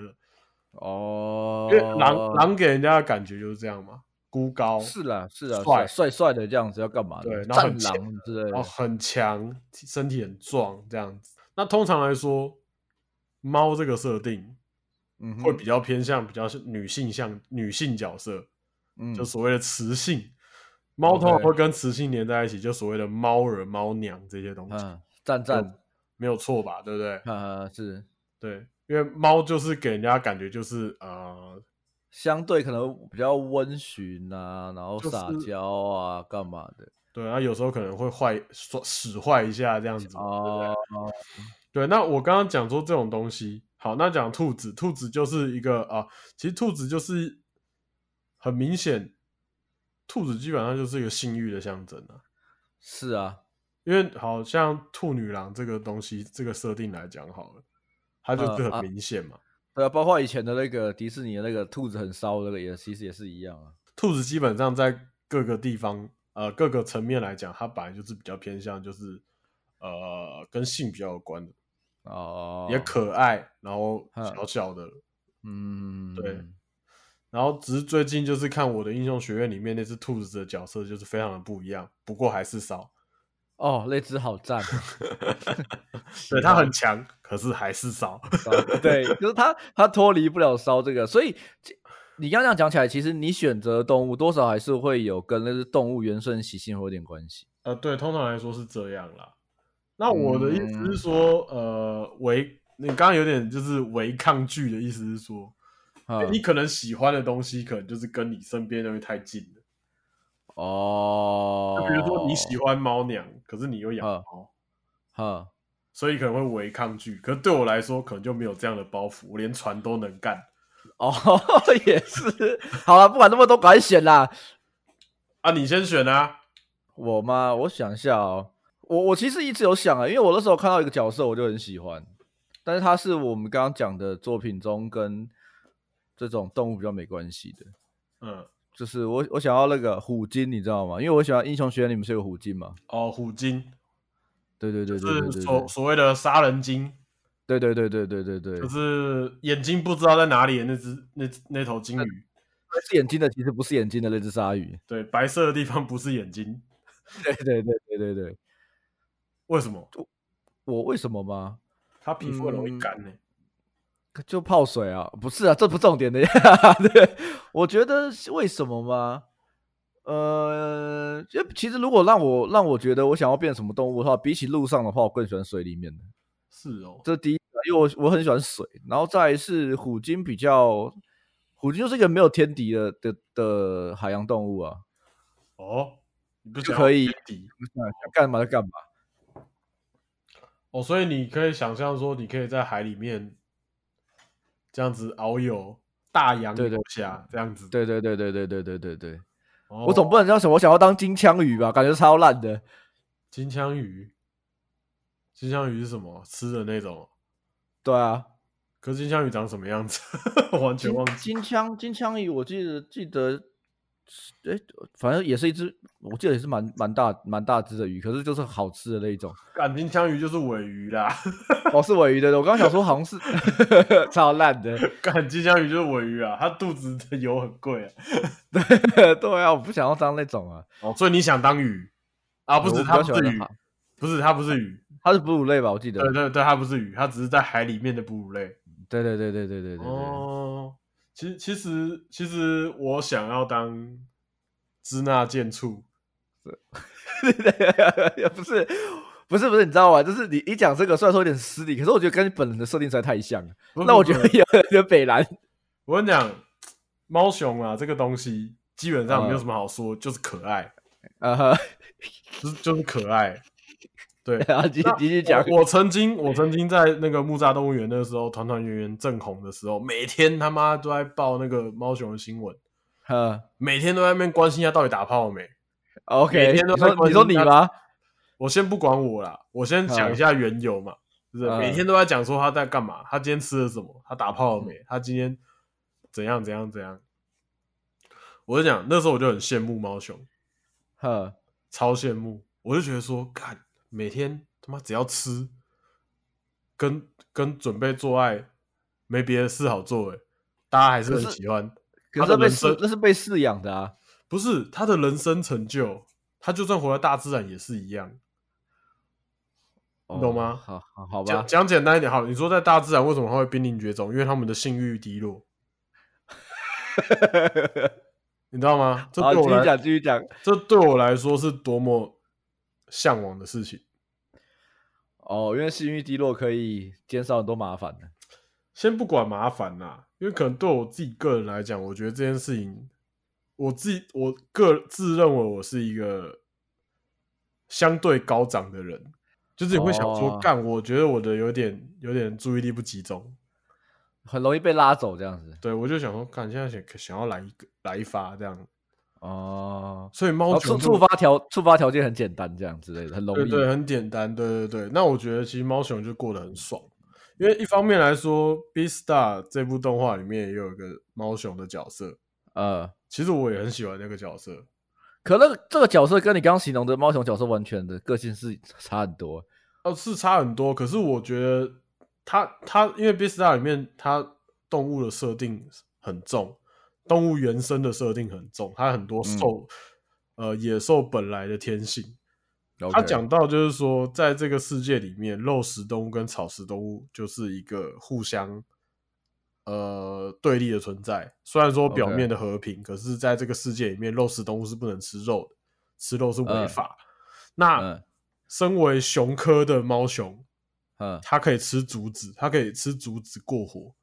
[SPEAKER 1] 哦，
[SPEAKER 2] 因为狼、狼给人家的感觉就是这样嘛，孤高，
[SPEAKER 1] 是啦是啦，
[SPEAKER 2] 帅
[SPEAKER 1] 帅帅帅的这样子要干嘛呢？
[SPEAKER 2] 对然后
[SPEAKER 1] 战
[SPEAKER 2] 很
[SPEAKER 1] 狼
[SPEAKER 2] 欠
[SPEAKER 1] 之类
[SPEAKER 2] 然后
[SPEAKER 1] 的，
[SPEAKER 2] 很强，身体很壮这样子。那通常来说，猫这个设定
[SPEAKER 1] 嗯哼，
[SPEAKER 2] 会比较偏向比较是女性向女性角色，
[SPEAKER 1] 嗯哦
[SPEAKER 2] 就所谓的雌性。猫
[SPEAKER 1] OK
[SPEAKER 2] 通常会跟雌性连在一起，就所谓的猫儿、猫娘这些东西，
[SPEAKER 1] 嗯赞赞，
[SPEAKER 2] 没有错吧？对不对？
[SPEAKER 1] 呃是
[SPEAKER 2] 对，因为猫就是给人家感觉就是呃，
[SPEAKER 1] 相对可能比较温驯啊，然后
[SPEAKER 2] 就是
[SPEAKER 1] 撒娇啊，干嘛的？
[SPEAKER 2] 对，然后有时候可能会坏说使坏一下这样子嘛嗯对不对
[SPEAKER 1] 哦，
[SPEAKER 2] 对，那我刚刚讲说这种东西，好，那讲兔子，兔子就是一个啊、其实兔子就是很明显，兔子基本上就是一个性欲的象征啊。
[SPEAKER 1] 是啊，
[SPEAKER 2] 因为好像兔女郎这个东西，这个设定来讲好了，它就是
[SPEAKER 1] 嗯
[SPEAKER 2] 很
[SPEAKER 1] 啊
[SPEAKER 2] 明显嘛。
[SPEAKER 1] 对啊，包括以前的那个迪士尼的那个兔子很骚的那个也其实也是一样啊，
[SPEAKER 2] 兔子基本上在各个地方，呃，各个层面来讲，它本来就是比较偏向就是呃跟性比较有关的，
[SPEAKER 1] 哦，
[SPEAKER 2] 也，可爱，然后
[SPEAKER 1] 嗯
[SPEAKER 2] 小小的，
[SPEAKER 1] 嗯，
[SPEAKER 2] 对然后只是最近就是看我的英雄学院里面那只兔子的角色，就是非常的不一样，不过还
[SPEAKER 1] [LAUGHS]
[SPEAKER 2] 是少。
[SPEAKER 1] 哦，那只好赞啊，
[SPEAKER 2] [LAUGHS] 对，
[SPEAKER 1] 啊
[SPEAKER 2] 它很强，可是还是少。
[SPEAKER 1] 骚对，就是它它脱离不了骚这个，所以这你刚这样讲起来，其实你选择的动物多少还是会有跟那只动物原生习性会有点关系。
[SPEAKER 2] 呃，对，通常来说是这样啦。那我的意
[SPEAKER 1] 嗯
[SPEAKER 2] 思是说，呃，违，你刚刚有点就是违抗拒的意思是说，
[SPEAKER 1] 啊
[SPEAKER 2] 你可能喜欢的东西，可能就是跟你身边的东西太近了。
[SPEAKER 1] 哦
[SPEAKER 2] 就，比如说你喜欢猫娘，可是你又养
[SPEAKER 1] 嗯
[SPEAKER 2] 猫，
[SPEAKER 1] 哦哈，
[SPEAKER 2] 所以可能会违抗拒。可是对我来说，可能就没有这样的包袱，我连船都能干。
[SPEAKER 1] 哦，也是，好了，不管那么多，赶紧选啦。
[SPEAKER 2] 啊，你先选啊。
[SPEAKER 1] 我吗？我想一下哦，我我其实一直有想啊，因为我那时候看到一个角色，我就很喜欢，但是它是我们刚刚讲的作品中跟这种动物比较没关系的，
[SPEAKER 2] 嗯，
[SPEAKER 1] 就是我我想要那个虎鲸，你知道吗？因为我喜欢英雄学院里面是有个虎鲸嘛，
[SPEAKER 2] 哦，虎鲸。
[SPEAKER 1] 对对对对对
[SPEAKER 2] 是
[SPEAKER 1] 对
[SPEAKER 2] 所所谓的杀人鲸，
[SPEAKER 1] 对对对对对对对对，
[SPEAKER 2] 就是眼睛不知道在哪里的那只那只那头鲸鱼。
[SPEAKER 1] 是眼睛的，其实不是眼睛的那只鲨鱼，
[SPEAKER 2] 对，白色的地方不是眼睛，
[SPEAKER 1] 对对对对对对，
[SPEAKER 2] 为什么？
[SPEAKER 1] 我为什么吗？
[SPEAKER 2] 它皮肤很容易
[SPEAKER 1] 嗯
[SPEAKER 2] 干呢、欸
[SPEAKER 1] 就泡水啊？不是啊，这不重点的呀。 [LAUGHS] 对，我觉得是为什么吗？呃，就其实如果让我让我觉得我想要变什么动物的话，比起路上的话，我更喜欢水里面的。
[SPEAKER 2] 是哦，
[SPEAKER 1] 这第一个，因为我我很喜欢水，然后再来是虎鲸比较，虎鲸就是一个没有天敌的的的海洋动物啊，
[SPEAKER 2] 哦，你不
[SPEAKER 1] 就
[SPEAKER 2] 想
[SPEAKER 1] 可以
[SPEAKER 2] 要天敌
[SPEAKER 1] 想干嘛就干嘛。
[SPEAKER 2] 哦，所以你可以想象说，你可以在海里面这样子遨游，大洋
[SPEAKER 1] 对对
[SPEAKER 2] 游侠这样子。
[SPEAKER 1] 对对对对对对对对对，
[SPEAKER 2] 哦，
[SPEAKER 1] 我总不能叫什么我想要当金枪鱼吧，感觉超烂的。
[SPEAKER 2] 金枪鱼，金枪鱼是什么？吃的那种。
[SPEAKER 1] 对啊，
[SPEAKER 2] 可是金枪鱼长什么样子？ [LAUGHS] 我完全
[SPEAKER 1] 金
[SPEAKER 2] 忘记。
[SPEAKER 1] 金枪金枪鱼，我记得记得，哎，反正也是一只，我记得也是蛮蛮大蛮大只的鱼，可是就是好吃的那一种。
[SPEAKER 2] 干金枪鱼就是尾鱼啦， [LAUGHS]
[SPEAKER 1] 哦，是尾鱼的，我刚刚想说好像是 [LAUGHS] 超烂的。 [LAUGHS]
[SPEAKER 2] 干金枪鱼就是尾鱼啊，它肚子的油很贵啊。
[SPEAKER 1] 对啊，我不想要当那种啊，
[SPEAKER 2] 哦，所以你想当鱼啊？不
[SPEAKER 1] 我
[SPEAKER 2] 止
[SPEAKER 1] 比
[SPEAKER 2] 它
[SPEAKER 1] 较
[SPEAKER 2] 不
[SPEAKER 1] 喜欢啊
[SPEAKER 2] 是
[SPEAKER 1] 当
[SPEAKER 2] 鱼
[SPEAKER 1] 蛤，
[SPEAKER 2] 不是它不是鱼，
[SPEAKER 1] 它是哺乳类吧？我记得
[SPEAKER 2] 对。对对，它不是鱼，它只是在海里面的哺乳类。
[SPEAKER 1] 对对对对对对对对。
[SPEAKER 2] 哦，其实其实其实我想要当支那剑畜，
[SPEAKER 1] 也 [LAUGHS] 不是不是不是，你知道吗？就是你一讲这个，虽然说有点失礼，可是我觉得跟你本人的设定实在太像了。
[SPEAKER 2] 不
[SPEAKER 1] 那
[SPEAKER 2] 不
[SPEAKER 1] 我觉
[SPEAKER 2] 不
[SPEAKER 1] 得有点北蓝。 [LAUGHS]
[SPEAKER 2] 我跟你讲，猫熊啊，这个东西基本上
[SPEAKER 1] 嗯
[SPEAKER 2] 没有什么好说，就是可爱，
[SPEAKER 1] 啊哈，
[SPEAKER 2] 就是就是可爱。对，
[SPEAKER 1] 然后继续
[SPEAKER 2] 那
[SPEAKER 1] 继续讲。
[SPEAKER 2] 我我曾经，我曾经在那个木栅动物园的时候，团团圆圆正红的时候，每天他妈都在报那个猫熊的新闻，
[SPEAKER 1] 嗯
[SPEAKER 2] 每天都在那边关心它到底打炮了没。每
[SPEAKER 1] ，OK，
[SPEAKER 2] 天都
[SPEAKER 1] 你
[SPEAKER 2] 在
[SPEAKER 1] 说
[SPEAKER 2] 关
[SPEAKER 1] 你
[SPEAKER 2] 心
[SPEAKER 1] 说你
[SPEAKER 2] 他
[SPEAKER 1] 吗？
[SPEAKER 2] 我先不管我啦，我先讲一下缘由嘛，就是
[SPEAKER 1] 嗯
[SPEAKER 2] 每天都在讲说他在干嘛，他今天吃了什么，他打炮了
[SPEAKER 1] 嗯
[SPEAKER 2] 没，他今天怎样怎样怎样。我就讲那时候我就很羡慕猫熊，
[SPEAKER 1] 呵，
[SPEAKER 2] 超羡慕，我就觉得说，干每天他妈只要吃，跟跟准备做爱没别的事好做诶，欸大家还是
[SPEAKER 1] 可
[SPEAKER 2] 很
[SPEAKER 1] 是
[SPEAKER 2] 喜欢。
[SPEAKER 1] 可
[SPEAKER 2] 他的
[SPEAKER 1] 是被
[SPEAKER 2] 人生
[SPEAKER 1] 饲那是被饲养的啊。
[SPEAKER 2] 不是他的人生成就，他就算活在大自然也是一样。你懂
[SPEAKER 1] 哦
[SPEAKER 2] 吗
[SPEAKER 1] 好，好，好吧
[SPEAKER 2] 讲。讲简单一点，好，你说在大自然为什么它会濒临绝种？因为他们的性欲
[SPEAKER 1] [LAUGHS]
[SPEAKER 2] 低落，你知道吗？这
[SPEAKER 1] 好，
[SPEAKER 2] 对
[SPEAKER 1] 继
[SPEAKER 2] 我
[SPEAKER 1] 续
[SPEAKER 2] 来，
[SPEAKER 1] 讲，继续讲。
[SPEAKER 2] 这对我来说是多么向往的事情。
[SPEAKER 1] 哦，因为性欲低落可以减少很多麻烦的。
[SPEAKER 2] 先不管麻烦啦，因为可能对我自己个人来讲，我觉得这件事情，我自己我个自认为我是一个相对高涨的人，就是你会想说，
[SPEAKER 1] 哦
[SPEAKER 2] 干、我觉得我的有点有点注意力不集中，
[SPEAKER 1] 很容易被拉走这样子
[SPEAKER 2] 对我就想说，干现在想想要来一个来一发这样，
[SPEAKER 1] 哦，
[SPEAKER 2] 所以
[SPEAKER 1] 然
[SPEAKER 2] 猫
[SPEAKER 1] 后
[SPEAKER 2] 熊
[SPEAKER 1] 触
[SPEAKER 2] 就
[SPEAKER 1] 触发条触发条件很简单，这样之类的，很容
[SPEAKER 2] 对
[SPEAKER 1] 易。
[SPEAKER 2] 对，很简单，对对对。那我觉得其实猫熊就过得很爽，因为一方面来说，《B Star》这部动画里面也有一个猫熊的角色，
[SPEAKER 1] 呃，
[SPEAKER 2] 其实我也很喜欢那个角色。
[SPEAKER 1] 可那个这个角色跟你刚刚形容的猫熊角色完全的个性是差很多。
[SPEAKER 2] 哦，是差很多，可是我觉得它它因为《Beast Star》里面它动物的设定很重，动物原生的设定很重，它很
[SPEAKER 1] 嗯
[SPEAKER 2] 多兽、呃野兽本来的天性。它
[SPEAKER 1] OK，
[SPEAKER 2] 讲到就是说，在这个世界里面，肉食动物跟草食动物就是一个互相呃对立的存在。虽然说表
[SPEAKER 1] OK
[SPEAKER 2] 面的和平可是在这个世界里面，肉食动物是不能吃肉的，吃肉是违
[SPEAKER 1] 嗯
[SPEAKER 2] 法。那、
[SPEAKER 1] 嗯
[SPEAKER 2] 身为熊科的猫熊，
[SPEAKER 1] 嗯，
[SPEAKER 2] 它可以吃竹子，它可以吃竹子过活。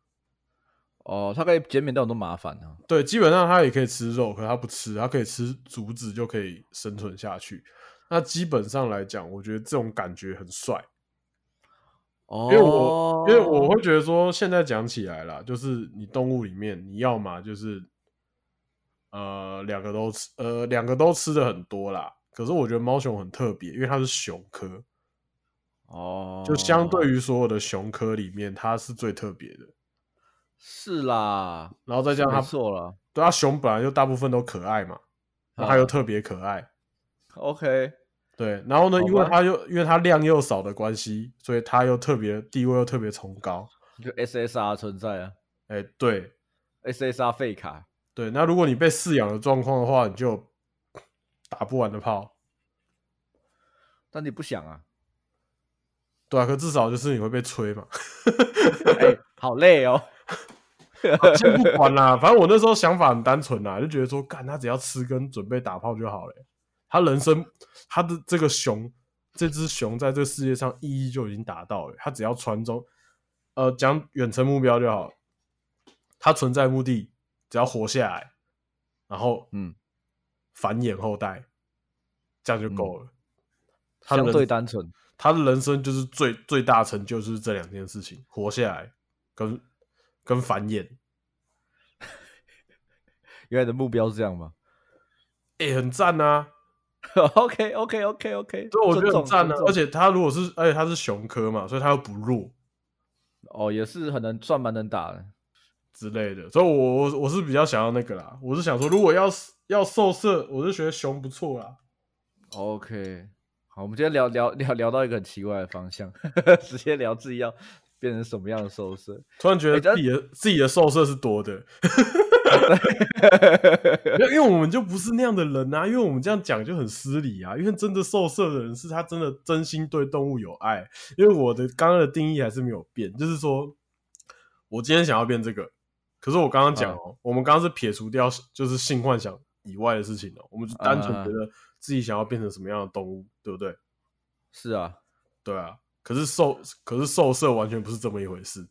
[SPEAKER 1] 哦，它可以减免掉很多麻烦啊。
[SPEAKER 2] 对，基本上它也可以吃肉，可它不吃，它可以吃竹子就可以生存下去。那基本上来讲，我觉得这种感觉很帅，
[SPEAKER 1] 哦，
[SPEAKER 2] 因为我、因为我会觉得说，现在讲起来啦，就是你动物里面，你要嘛就是呃两个都吃，呃两个都吃的很多啦。可是我觉得猫熊很特别，因为它是熊科，
[SPEAKER 1] 哦，
[SPEAKER 2] 就相对于所有的熊科里面，它是最特别的。
[SPEAKER 1] 是啦，
[SPEAKER 2] 然后再加上
[SPEAKER 1] 没
[SPEAKER 2] 它
[SPEAKER 1] 错了。
[SPEAKER 2] 对啊，熊本来就大部分都可爱嘛，那它又
[SPEAKER 1] 嗯
[SPEAKER 2] 特别可爱。
[SPEAKER 1] OK，
[SPEAKER 2] 对，然后呢，
[SPEAKER 1] 好吧
[SPEAKER 2] 因为它又因为它量又少的关系，所以它又特别地位又特别崇高。
[SPEAKER 1] 就 SSR 存在啊
[SPEAKER 2] 哎，对
[SPEAKER 1] ，SSR 废卡。
[SPEAKER 2] 对，那如果你被饲养的状况的话，你就有打不完的炮。
[SPEAKER 1] 但你不想啊？ [LAUGHS]
[SPEAKER 2] 对啊，可至少就是你会被吹嘛。
[SPEAKER 1] 哎、好累哦。
[SPEAKER 2] 先不管啦，反正我那时候想法很单纯啦，就觉得说，干他只要吃跟准备打炮就好了、他人生他的这个熊，这只熊在这个世界上意义就已经达到了、他只要传中，呃，讲远程目标就好了。他存在目的只要活下来，然后
[SPEAKER 1] 嗯，
[SPEAKER 2] 繁衍后代，这样就够了。 [LAUGHS] 他的
[SPEAKER 1] 相
[SPEAKER 2] 人
[SPEAKER 1] 对单纯。
[SPEAKER 2] 他的人生就是最最大成就就是这两件事情：活下来跟跟繁衍。
[SPEAKER 1] 原来的目标是这样吗 [LAUGHS]
[SPEAKER 2] 哎、很赞啊！
[SPEAKER 1] ？OK OK OK OK，
[SPEAKER 2] 所以我觉得很赞
[SPEAKER 1] 呢，。
[SPEAKER 2] 啊而且他如果是，而且他是熊科嘛，所以他又不弱
[SPEAKER 1] 哦也是很能算蛮能打的。
[SPEAKER 2] 之类的，所以我我我是比较想要那个啦。我是想说，如果要要受射，我是觉得熊不错啦。
[SPEAKER 1] OK，好，我们今天聊聊聊聊到一个很奇怪的方向， [LAUGHS] 直接聊自己要变成什么样的收视。
[SPEAKER 2] 突然觉
[SPEAKER 1] 哎
[SPEAKER 2] 得
[SPEAKER 1] 但
[SPEAKER 2] 自己的、自己的受射是多的， [LAUGHS] 因为因为我们就不是那样的人啊，因为我们这样讲就很失礼啊。因为真的受射的人是他真的真心对动物有爱。因为我的刚刚的定义还是没有变，就是说我今天想要变这个，可是我刚刚
[SPEAKER 1] 嗯
[SPEAKER 2] 讲哦，我们刚刚是撇除掉就是性幻想以外的事情哦，我们就单纯
[SPEAKER 1] 啊
[SPEAKER 2] 觉得自己想要变成什么样的动物，对不对？
[SPEAKER 1] 是啊，
[SPEAKER 2] 对啊。可是受可是受射完全不是这么一回事，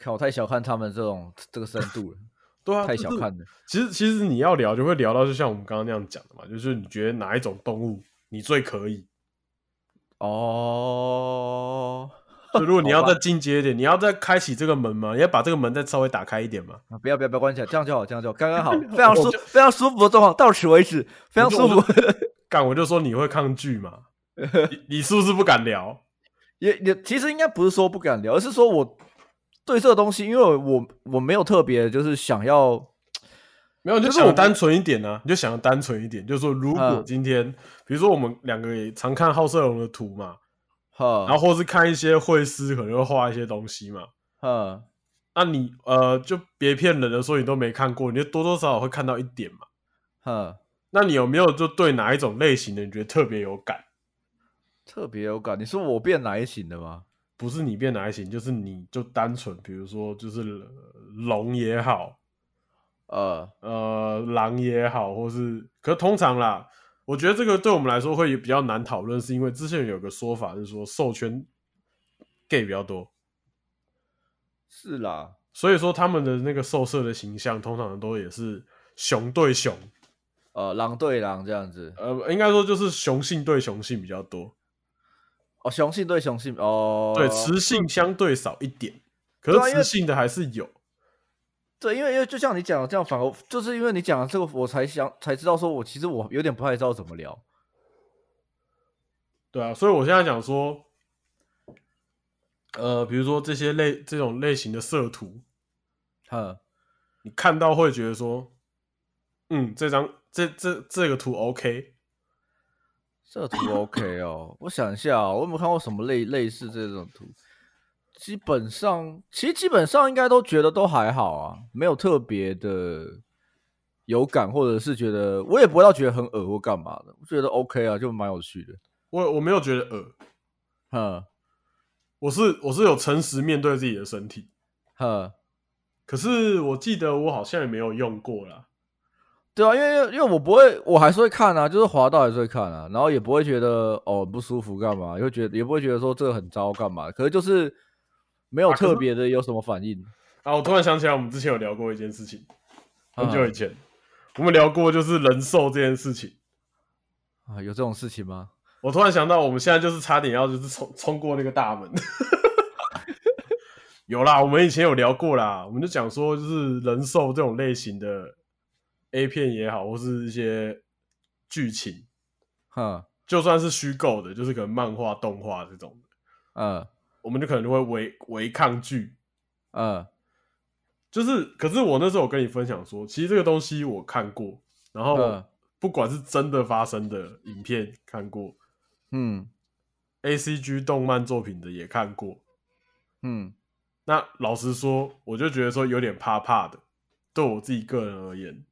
[SPEAKER 1] 看我太小看他们这种这个深度了，
[SPEAKER 2] [LAUGHS] 对啊，
[SPEAKER 1] 太
[SPEAKER 2] 就
[SPEAKER 1] 小
[SPEAKER 2] 是
[SPEAKER 1] 看了。
[SPEAKER 2] 其实其实你要聊就会聊到，就像我们刚刚那样讲的嘛，就是你觉得哪一种动物你最可以？
[SPEAKER 1] 哦，
[SPEAKER 2] 就如果你要
[SPEAKER 1] 好
[SPEAKER 2] 再
[SPEAKER 1] 吧
[SPEAKER 2] 进阶一点，你要再开启这个门嘛，你要把这个门再稍微打开一点嘛。
[SPEAKER 1] 啊不要不要不要关起来，这样就好，这样就好，刚刚
[SPEAKER 2] [LAUGHS]
[SPEAKER 1] 好，非常舒
[SPEAKER 2] 就
[SPEAKER 1] 非常舒服的状况，到此为止，非常舒
[SPEAKER 2] 我就
[SPEAKER 1] 服。 [LAUGHS]
[SPEAKER 2] [LAUGHS] 干，我就说你会抗拒嘛，你你是不是不敢聊？
[SPEAKER 1] 也也其实应该不是说不敢聊，而是说我对这个东西，因为我我没有特别就是想要
[SPEAKER 2] 没有，你就
[SPEAKER 1] 就是我
[SPEAKER 2] 想单纯一点啊，你就想单纯一点，就是说如果
[SPEAKER 1] 嗯
[SPEAKER 2] 今天，比如说我们两个也常看好色龙的图嘛，
[SPEAKER 1] 哈，
[SPEAKER 2] 然后或是看一些绘师可能会画一些东西嘛，
[SPEAKER 1] 哈
[SPEAKER 2] 那你呃就别骗人了，说你都没看过，你就多多少少会看到一点嘛。
[SPEAKER 1] 哈，
[SPEAKER 2] 那你有没有就对哪一种类型的你觉得特别有感？
[SPEAKER 1] 特别有感。你说我变哪一型的吗？
[SPEAKER 2] 不是你变哪一型，就是你就单纯，比如说就是呃龙也好，
[SPEAKER 1] 呃，
[SPEAKER 2] 呃，狼也好，或是可是通常啦，我觉得这个对我们来说会比较难讨论，是因为之前有个说法是说授权 gay 比较多，
[SPEAKER 1] 是啦，
[SPEAKER 2] 所以说他们的那个受色的形象通常都也是熊对熊，
[SPEAKER 1] 呃，狼对狼这样子。
[SPEAKER 2] 呃，应该说就是雄性对雄性比较多。
[SPEAKER 1] 哦，雄性对雄性，哦，
[SPEAKER 2] 对，雌性相对少一点，可
[SPEAKER 1] 对啊
[SPEAKER 2] 是
[SPEAKER 1] 因为
[SPEAKER 2] 雌性的还是有。
[SPEAKER 1] 对，因为因为就像你讲的这样，反而就是因为你讲的这个，我才想才知道说我其实我有点不太知道怎么聊。
[SPEAKER 2] 对啊，所以我现在讲说，呃，比如说这些类这种类型的色图，
[SPEAKER 1] 哈，
[SPEAKER 2] 你看到会觉得说，嗯，这张这这这个图 OK，
[SPEAKER 1] 这个图 OK 哦，我想一下哦、我有没有看过什么类类似这种图？基本上，其实基本上应该都觉得都还好啊，没有特别的有感，或者是觉得我也不会到觉得很恶或干嘛的，我觉得 OK 啊，就蛮有趣的。
[SPEAKER 2] 我我没有觉得恶，
[SPEAKER 1] 哼
[SPEAKER 2] 我是我是有诚实面对自己的身体，
[SPEAKER 1] 哼，
[SPEAKER 2] 可是我记得我好像也没有用过啦。
[SPEAKER 1] 对啊，因为因为我不会，我还是会看啊，就是滑到还是会看啊，然后也不会觉得哦很不舒服干嘛，也会觉得也不会觉得说这个很糟干嘛，可是就是没有
[SPEAKER 2] 啊可是
[SPEAKER 1] 特别的有什么反应。
[SPEAKER 2] 啊，我突然想起来，我们之前有聊过一件事情，很久
[SPEAKER 1] 啊
[SPEAKER 2] 以前，我们聊过就是人兽这件事情。
[SPEAKER 1] 啊，有这种事情吗？
[SPEAKER 2] 我突然想到，我们现在就是差点要就是冲冲过那个大门。 [LAUGHS] 有啦，我们以前有聊过啦，我们就讲说，就是人兽这种类型的 A 片也好，或是一些剧情，
[SPEAKER 1] 哼，
[SPEAKER 2] 就算是虚构的，就是可能漫画、动画这种的，
[SPEAKER 1] 嗯、
[SPEAKER 2] 我们就可能就会违违抗拒。
[SPEAKER 1] 嗯，
[SPEAKER 2] 就是，可是我那时候有跟你分享说，其实这个东西我看过，然后
[SPEAKER 1] 嗯
[SPEAKER 2] 不管是真的发生的影片看过
[SPEAKER 1] 嗯
[SPEAKER 2] ，A C G 动漫作品的也看过，
[SPEAKER 1] 嗯，
[SPEAKER 2] 那老实说，我就觉得说有点怕怕的，对我自己个人而言，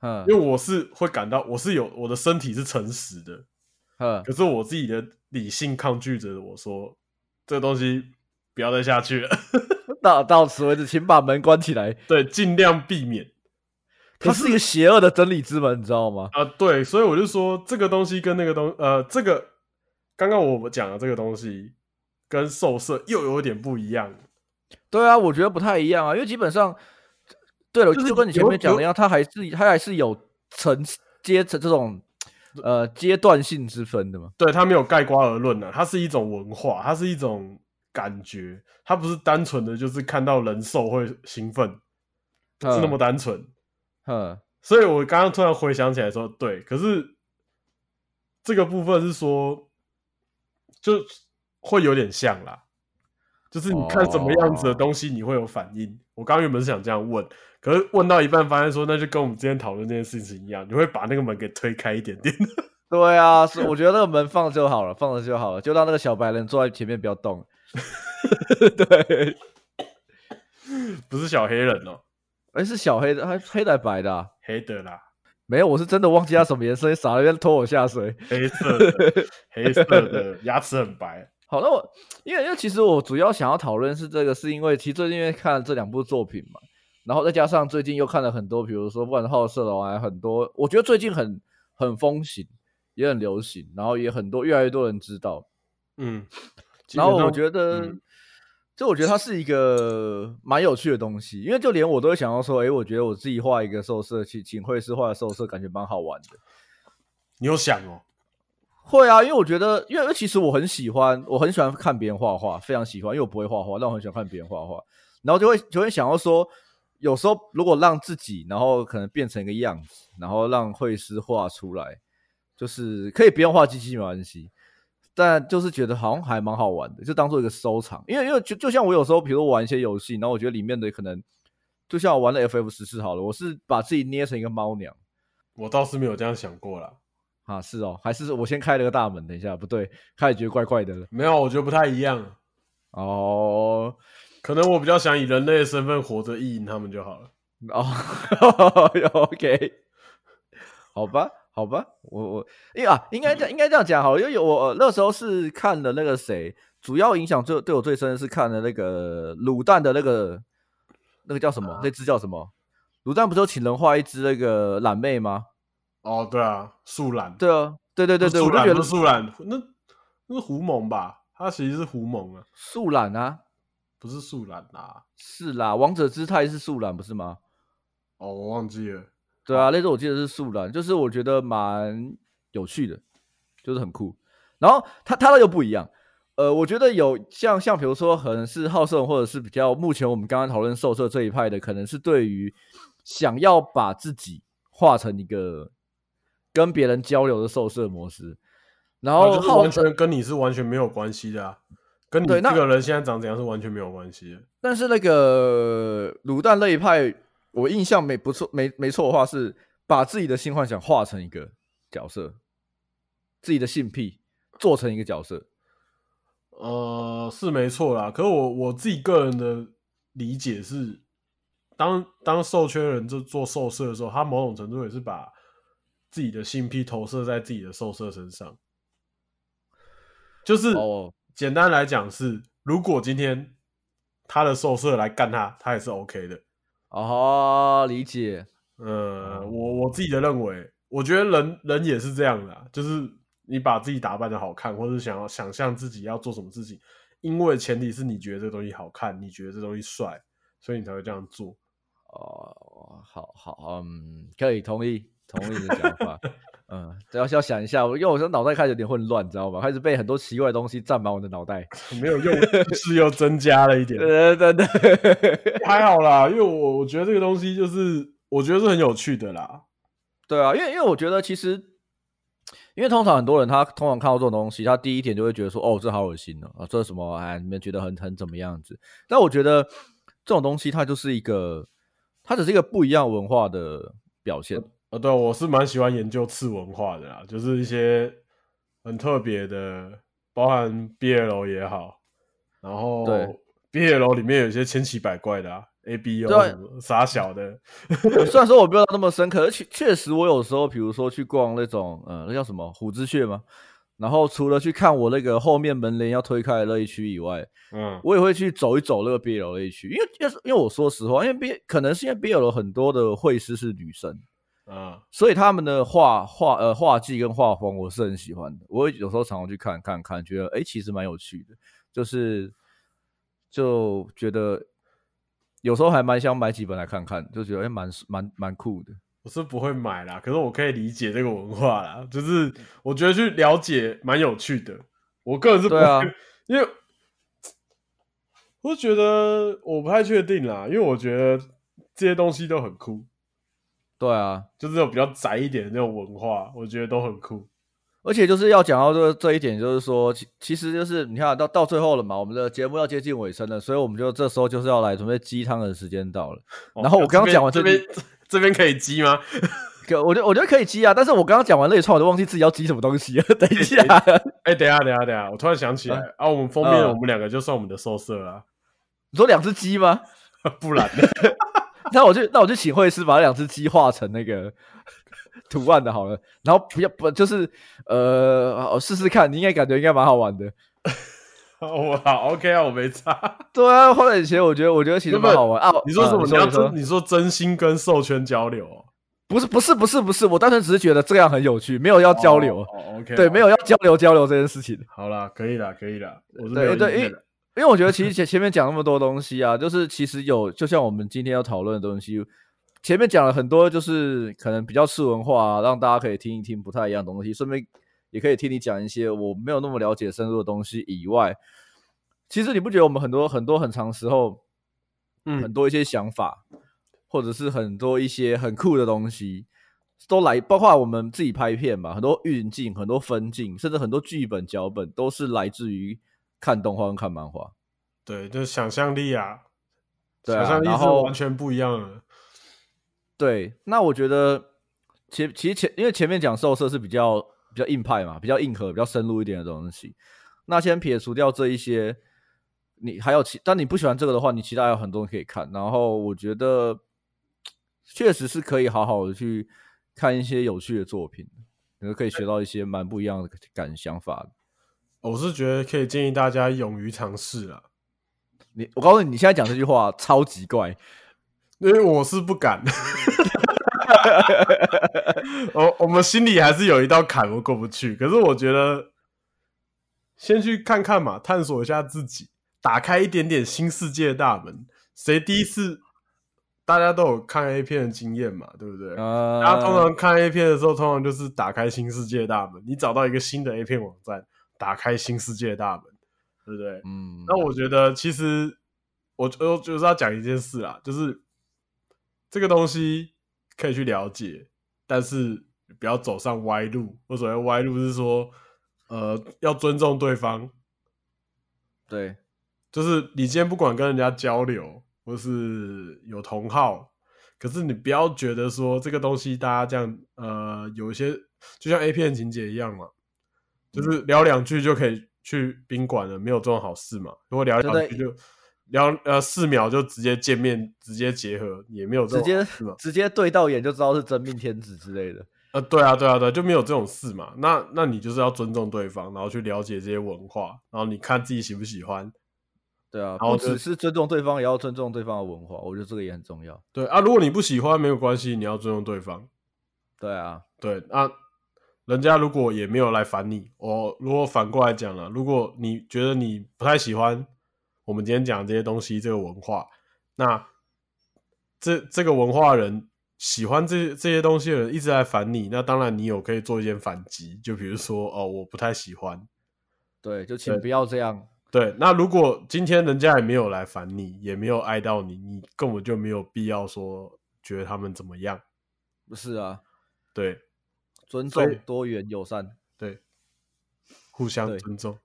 [SPEAKER 1] 嗯
[SPEAKER 2] 因为我是会感到我是有我的身体是诚实的，
[SPEAKER 1] 嗯，
[SPEAKER 2] 可是我自己的理性抗拒着我说这东西不要再下去了，
[SPEAKER 1] [LAUGHS]
[SPEAKER 2] [LAUGHS]
[SPEAKER 1] 到到此为止，请把门关起来。
[SPEAKER 2] 对，尽量避免
[SPEAKER 1] 它是一个邪恶的真理之门，你知道吗？
[SPEAKER 2] 啊、对，所以我就说这个东西跟那个东呃这个刚刚我们讲的这个东西跟兽色又有点不一样，
[SPEAKER 1] 对啊，我觉得不太一样啊，因为基本上，对了，
[SPEAKER 2] 就是
[SPEAKER 1] 就跟你前面讲的一
[SPEAKER 2] 有
[SPEAKER 1] 样，它还是它还是有层阶层这种呃阶段性之分的嘛。
[SPEAKER 2] 对，它没有盖瓜而论呢、它是一种文化，它是一种感觉，它不是单纯的就是看到人兽会兴奋，不是那么单纯。
[SPEAKER 1] 哼，
[SPEAKER 2] 所以我刚刚突然回想起来说，对，可是这个部分是说，就会有点像啦，就是你看什么样子的东西，你会有反应。我刚刚原本是想这样问，可是问到一半发现说，那就跟我们之前讨论这件事情一样，你会把那个门给推开一点点。 [LAUGHS]
[SPEAKER 1] 对啊，是我觉得那个门放着就好了，放着就好了，就让那个小白人坐在前面不要动。对，
[SPEAKER 2] 不是小黑人哦，
[SPEAKER 1] 哎，是小黑的，还黑的还白的啊、
[SPEAKER 2] 黑的啦，
[SPEAKER 1] 没有，我是真的忘记他什么颜色，你傻了，在拖我下水。
[SPEAKER 2] 黑色的，黑色的，牙齿
[SPEAKER 1] [LAUGHS]
[SPEAKER 2] 很白。
[SPEAKER 1] 好，那我因为因为其实我主要想要讨论是这个，是因为其实最近因为看了这两部作品嘛，然后再加上最近又看了很多，比如说《不管是好色龙》啊，很多我觉得最近很很风行，也很流行，然后也很多越来越多人知道。
[SPEAKER 2] 嗯，
[SPEAKER 1] 然后我
[SPEAKER 2] 得
[SPEAKER 1] 觉得，
[SPEAKER 2] 嗯
[SPEAKER 1] 就我觉得它是一个蛮有趣的东西，因为就连我都会想要说，诶，我觉得我自己画一个兽色，请请绘师画的兽色，感觉蛮好玩的。
[SPEAKER 2] 你有想哦，
[SPEAKER 1] 会啊，因为我觉得，因为因为其实我很喜欢，我很喜欢看别人画画，非常喜欢，因为我不会画画，但我很喜欢看别人画画，然后就会就会想要说，有时候如果让自己，然后可能变成一个样子，然后让绘师画出来，就是可以不用画机器没关系，但就是觉得好像还蛮好玩的，就当做一个收藏，因为因为就就像我有时候，比如玩一些游戏，然后我觉得里面的可能，就像我玩了 FF 十四好了，我是把自己捏成一个猫娘。
[SPEAKER 2] 我倒是没有这样想过啦。
[SPEAKER 1] 啊，是哦，还是我先开了个大门，等一下，不对，开始觉得怪怪的了。
[SPEAKER 2] 没有，我觉得不太一样。
[SPEAKER 1] 哦
[SPEAKER 2] 可能我比较想以人类的身份活着意淫他们就好了。
[SPEAKER 1] [LAUGHS] 哦，OK，好吧，好吧，我我因为啊，应该这样应该这样讲好了，因为我呃那时候是看了那个谁，主要影响最对我最深的是看了那个卤蛋的那个那个叫什么？那只叫什么？卤蛋不是有请人画一只那个懒妹吗？
[SPEAKER 2] 哦，对啊，树懒。
[SPEAKER 1] 对啊，对对对对，
[SPEAKER 2] 不
[SPEAKER 1] 我
[SPEAKER 2] 是
[SPEAKER 1] 就
[SPEAKER 2] 哦树懒
[SPEAKER 1] 觉得
[SPEAKER 2] 不是树懒，那那是狐獴吧？它其实是狐獴啊，
[SPEAKER 1] 树懒啊，
[SPEAKER 2] 不是树懒啊。
[SPEAKER 1] 是啦，王者之态是树懒不是吗？
[SPEAKER 2] 哦，我忘记了。
[SPEAKER 1] 对啊，那时候我记得是素兰，就是我觉得蛮有趣的，就是很酷。然后他他那又不一样，呃，我觉得有像像比如说可能是好胜，或者是比较目前我们刚刚讨论兽社这一派的，可能是对于想要把自己画成一个跟别人交流的兽社模式。然
[SPEAKER 2] 那
[SPEAKER 1] 后
[SPEAKER 2] 啊就是
[SPEAKER 1] 好
[SPEAKER 2] 完全跟你是完全没有关系的啊，跟你
[SPEAKER 1] 对
[SPEAKER 2] 这
[SPEAKER 1] 那
[SPEAKER 2] 个人现在长怎样是完全没有关系的。
[SPEAKER 1] 但是那个卤蛋那一派，我印象没不错，没没错的话是把自己的性幻想画成一个角色，自己的性癖做成一个角色。
[SPEAKER 2] 呃，是没错啦。可是我我自己个人的理解是，当当授权人就做受射的时候，他某种程度也是把自己的性癖投射在自己的受射身上。就是
[SPEAKER 1] 哦
[SPEAKER 2] 简单来讲是，如果今天他的受射来干他，他也是 OK 的。
[SPEAKER 1] 哦，理解。
[SPEAKER 2] 呃，
[SPEAKER 1] 哦
[SPEAKER 2] 我我自己的认为，我觉得人人也是这样的啊、就是你把自己打扮的好看，或者想要想象自己要做什么事情，因为前提是你觉得这个东西好看，你觉得这东西帅，所以你才会这样做。 [LAUGHS]
[SPEAKER 1] 哦，好好，嗯，可以同意同意你的讲 [LAUGHS] 法。嗯，只要是要想一下，我因为我现在脑袋开始有点混乱，你知道吗？开始被很多奇怪的东西占满我的脑袋。
[SPEAKER 2] 没有用，是又增加了一点，
[SPEAKER 1] 对对对，
[SPEAKER 2] 还好啦，因为我我觉得这个东西就是，我觉得是很有趣的啦。
[SPEAKER 1] 对啊，因为因为我觉得其实，因为通常很多人他通常看到这种东西，他第一点就会觉得说，哦，这好恶心哦，啊，这什么哎，你们觉得很很怎么样子？但我觉得这种东西它就是一个，它只是一个不一样文化的表现。
[SPEAKER 2] 啊，对，我是蛮喜欢研究次文化的啦，就是一些很特别的，包含 BL 也好，然后
[SPEAKER 1] 对
[SPEAKER 2] BL 里面有一些千奇百怪的啊，ABO
[SPEAKER 1] 对
[SPEAKER 2] 什么傻小的，
[SPEAKER 1] 虽然说我没有那么深刻，而且确实我有时候比如说去逛那种呃，那叫什么虎之穴吗？然后除了去看我那个后面门帘要推开的那一区以外，
[SPEAKER 2] 嗯，
[SPEAKER 1] 我也会去走一走那个 BL 那一区，因为因为因为我说实话，因为 B 可能是因为 BL 有很多的绘师是女生，
[SPEAKER 2] 啊，
[SPEAKER 1] 所以他们的画画呃画技跟画风我是很喜欢的。我会有时候常常去看看看，觉得哎、诶其实蛮有趣的，就是就觉得有时候还蛮想买几本来看看，就觉得哎蛮蛮蛮酷的。
[SPEAKER 2] 我是不会买啦，可是我可以理解这个文化啦，就是我觉得去了解蛮有趣的，我个人是不会，
[SPEAKER 1] 对啊
[SPEAKER 2] 因为我觉得我不太确定啦，因为我觉得这些东西都很酷，
[SPEAKER 1] 对啊，
[SPEAKER 2] 就是有比较宅一点的那种文化，我觉得都很酷。
[SPEAKER 1] 而且就是要讲到这这一点，就是说，其其实就是你看到到最后了嘛，我们的节目要接近尾声了，所以我们就这时候就是要来准备鸡汤的时间到了。
[SPEAKER 2] 哦
[SPEAKER 1] 然后我刚刚讲完
[SPEAKER 2] 这
[SPEAKER 1] 边
[SPEAKER 2] 边，这边这边可以激吗？
[SPEAKER 1] 可我觉得我觉得可以鸡啊，但是我刚刚讲完那一串，我都忘记自己要鸡什么东西了。 [LAUGHS] 等一下，
[SPEAKER 2] 哎、等一下等一下等一下，我突然想起来
[SPEAKER 1] 啊
[SPEAKER 2] 啊我们封面、
[SPEAKER 1] 啊
[SPEAKER 2] 我们两个就算我们的受色了
[SPEAKER 1] 你说两只鸡吗？
[SPEAKER 2] 啊， [LAUGHS] 不然呢
[SPEAKER 1] [LAUGHS] 那我就那我就请会师把那两只鸡画成那个 [LAUGHS] 图案的好了，然后不要不就是呃，我试试看，你应该感觉应该蛮好玩的。
[SPEAKER 2] 我好 OK 啊，我没差。
[SPEAKER 1] 对啊，花点钱，我觉得我觉得其实蛮好玩啊。
[SPEAKER 2] 你说什么？
[SPEAKER 1] 啊
[SPEAKER 2] 你
[SPEAKER 1] [LAUGHS]
[SPEAKER 2] 要
[SPEAKER 1] 你说
[SPEAKER 2] 真你说真心跟授圈交流、哦，
[SPEAKER 1] 不是不是不是不是，我单纯只是觉得这样很有趣，没有要交流，
[SPEAKER 2] 哦哦，OK，
[SPEAKER 1] 对，
[SPEAKER 2] 好
[SPEAKER 1] 没有要交流交流这件事情。
[SPEAKER 2] 好啦，可以啦，可以啦，我是没
[SPEAKER 1] 对
[SPEAKER 2] 有意
[SPEAKER 1] 对，因为
[SPEAKER 2] 见的。
[SPEAKER 1] 因为我觉得其实前前面讲那么多东西啊， [LAUGHS] 就是其实有，就像我们今天要讨论的东西，前面讲了很多，就是可能比较次文化、啊，让大家可以听一听不太一样的东西，顺便也可以听你讲一些我没有那么了解深入的东西以外，其实你不觉得我们很多很多很长时候很
[SPEAKER 2] 嗯，
[SPEAKER 1] 多一些想法，或者是很多一些很酷的东西，都来，包括我们自己拍片嘛，很多运镜、很多分镜，甚至很多剧本脚本，都是来自于看动画跟看漫画。
[SPEAKER 2] 对，就是想象力啊，
[SPEAKER 1] 对啊
[SPEAKER 2] 想象
[SPEAKER 1] 然
[SPEAKER 2] 力是
[SPEAKER 1] 后
[SPEAKER 2] 完全不一样的。
[SPEAKER 1] 对，那我觉得前其实前因为前面讲兽色是比较比较硬派嘛，比较硬核、比较深入一点的东西。那先撇除掉这一些，你还有其，但你不喜欢这个的话，你其他还有很多可以看。然后我觉得确实是可以好好的去看一些有趣的作品，可能可以学到一些蛮不一样的感想法的。
[SPEAKER 2] 我是觉得可以建议大家勇于尝试啊啦，
[SPEAKER 1] 你我告诉你，你现在讲这句话超级怪，
[SPEAKER 2] 因为我是不敢。我我们心里还是有一道坎，我过不去。可是我觉得，先去看看嘛，探索一下自己，打开一点点新世界的大门。谁第一次？大家都有看 A 片的经验嘛，对不对？
[SPEAKER 1] 呃，
[SPEAKER 2] 大家通常看 A 片的时候，通常就是打开新世界大门，你找到一个新的 A 片网站，打开新世界大门，对不对？
[SPEAKER 1] 嗯，
[SPEAKER 2] 那我觉得其实我我就是要讲一件事啊，就是这个东西可以去了解，但是不要走上歪路。我所谓歪路是说，呃，要尊重对方，
[SPEAKER 1] 对，
[SPEAKER 2] 就是你今天不管跟人家交流，或是有同好，可是你不要觉得说这个东西大家这样，呃，有一些就像 A 片情节一样嘛，就是
[SPEAKER 1] 嗯
[SPEAKER 2] 聊两句就可以去宾馆了，没有这种好事嘛。如果聊两句
[SPEAKER 1] 对
[SPEAKER 2] 就聊呃四秒就直接见面，直接结合，也没有这
[SPEAKER 1] 直
[SPEAKER 2] 种好
[SPEAKER 1] 接
[SPEAKER 2] 事嘛。
[SPEAKER 1] 直接对到眼就知道是真命天子之类的。
[SPEAKER 2] 呃，对啊，对啊，对啊就没有这种事嘛。那那你就是要尊重对方，然后去了解这些文化，然后你看自己喜不喜欢，
[SPEAKER 1] 对啊，
[SPEAKER 2] 然后
[SPEAKER 1] 不
[SPEAKER 2] 就
[SPEAKER 1] 只是尊重对方，也要尊重对方的文化，我觉得这个也很重要。
[SPEAKER 2] 对啊。如果你不喜欢，没有关系，你要尊重对方。
[SPEAKER 1] 对啊，
[SPEAKER 2] 对啊，人家如果也没有来烦你，我如果反过来讲了，如果你觉得你不太喜欢我们今天讲的这些东西，这个文化，那这这个文化人喜欢这这些东西的人一直来烦你，那当然你有可以做一些反击，就比如说哦，我不太喜欢。
[SPEAKER 1] 对，就请不要这样。
[SPEAKER 2] 对，那如果今天人家也没有来烦你，也没有爱到你，你根本就没有必要说觉得他们怎么样。
[SPEAKER 1] 不是啊，
[SPEAKER 2] 对
[SPEAKER 1] 尊
[SPEAKER 2] 所以
[SPEAKER 1] 重、多元、友善。
[SPEAKER 2] 对，互相
[SPEAKER 1] 对
[SPEAKER 2] 尊重。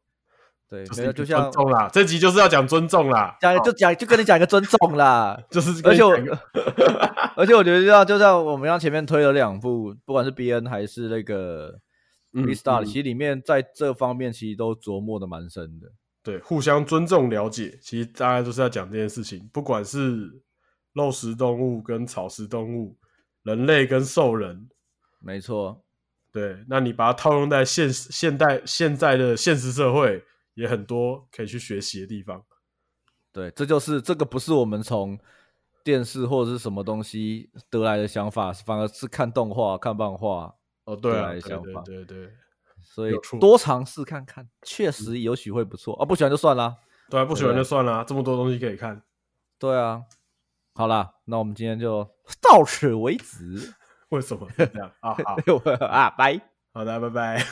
[SPEAKER 1] 对，
[SPEAKER 2] 就
[SPEAKER 1] 没
[SPEAKER 2] 是
[SPEAKER 1] 有
[SPEAKER 2] 一
[SPEAKER 1] 就
[SPEAKER 2] 个
[SPEAKER 1] 像
[SPEAKER 2] 尊重啦，这集就是要讲尊重啦，
[SPEAKER 1] 讲就讲就跟你讲一个尊重啦。
[SPEAKER 2] [LAUGHS] 就是
[SPEAKER 1] 而
[SPEAKER 2] 跟你
[SPEAKER 1] 且我
[SPEAKER 2] 讲一个，
[SPEAKER 1] 而且我觉得就像就像我们像前面推了两部，不管是 B N 还是那个
[SPEAKER 2] 嗯
[SPEAKER 1] B Star，、
[SPEAKER 2] 嗯
[SPEAKER 1] 其实里面在这方面其实都琢磨的蛮深的。
[SPEAKER 2] 对互相尊重了解，其实大家就是要讲这件事情，不管是肉食动物跟草食动物，人类跟兽人，
[SPEAKER 1] 没错，
[SPEAKER 2] 对，那你把它套用在现实现代现在的现实社会，也很多可以去学习的地方。
[SPEAKER 1] 对，这就是这个不是我们从电视或者是什么东西得来的想法，反而是看动画、看漫画，
[SPEAKER 2] 哦，对啊，
[SPEAKER 1] 对
[SPEAKER 2] 对
[SPEAKER 1] 想
[SPEAKER 2] 对
[SPEAKER 1] 法
[SPEAKER 2] 对对，
[SPEAKER 1] 所以
[SPEAKER 2] 有嗯错
[SPEAKER 1] 多尝试看看，确实也许会不错啊。不喜欢就算啦。
[SPEAKER 2] 对啊，不喜欢
[SPEAKER 1] 对
[SPEAKER 2] 就算啦，这么多东西可以看，
[SPEAKER 1] 对啊，好啦，那我们今天就 [LAUGHS] 到此为止。
[SPEAKER 2] 为什么会这样啊？好，
[SPEAKER 1] [LAUGHS] 啊，拜。
[SPEAKER 2] 好的，拜拜。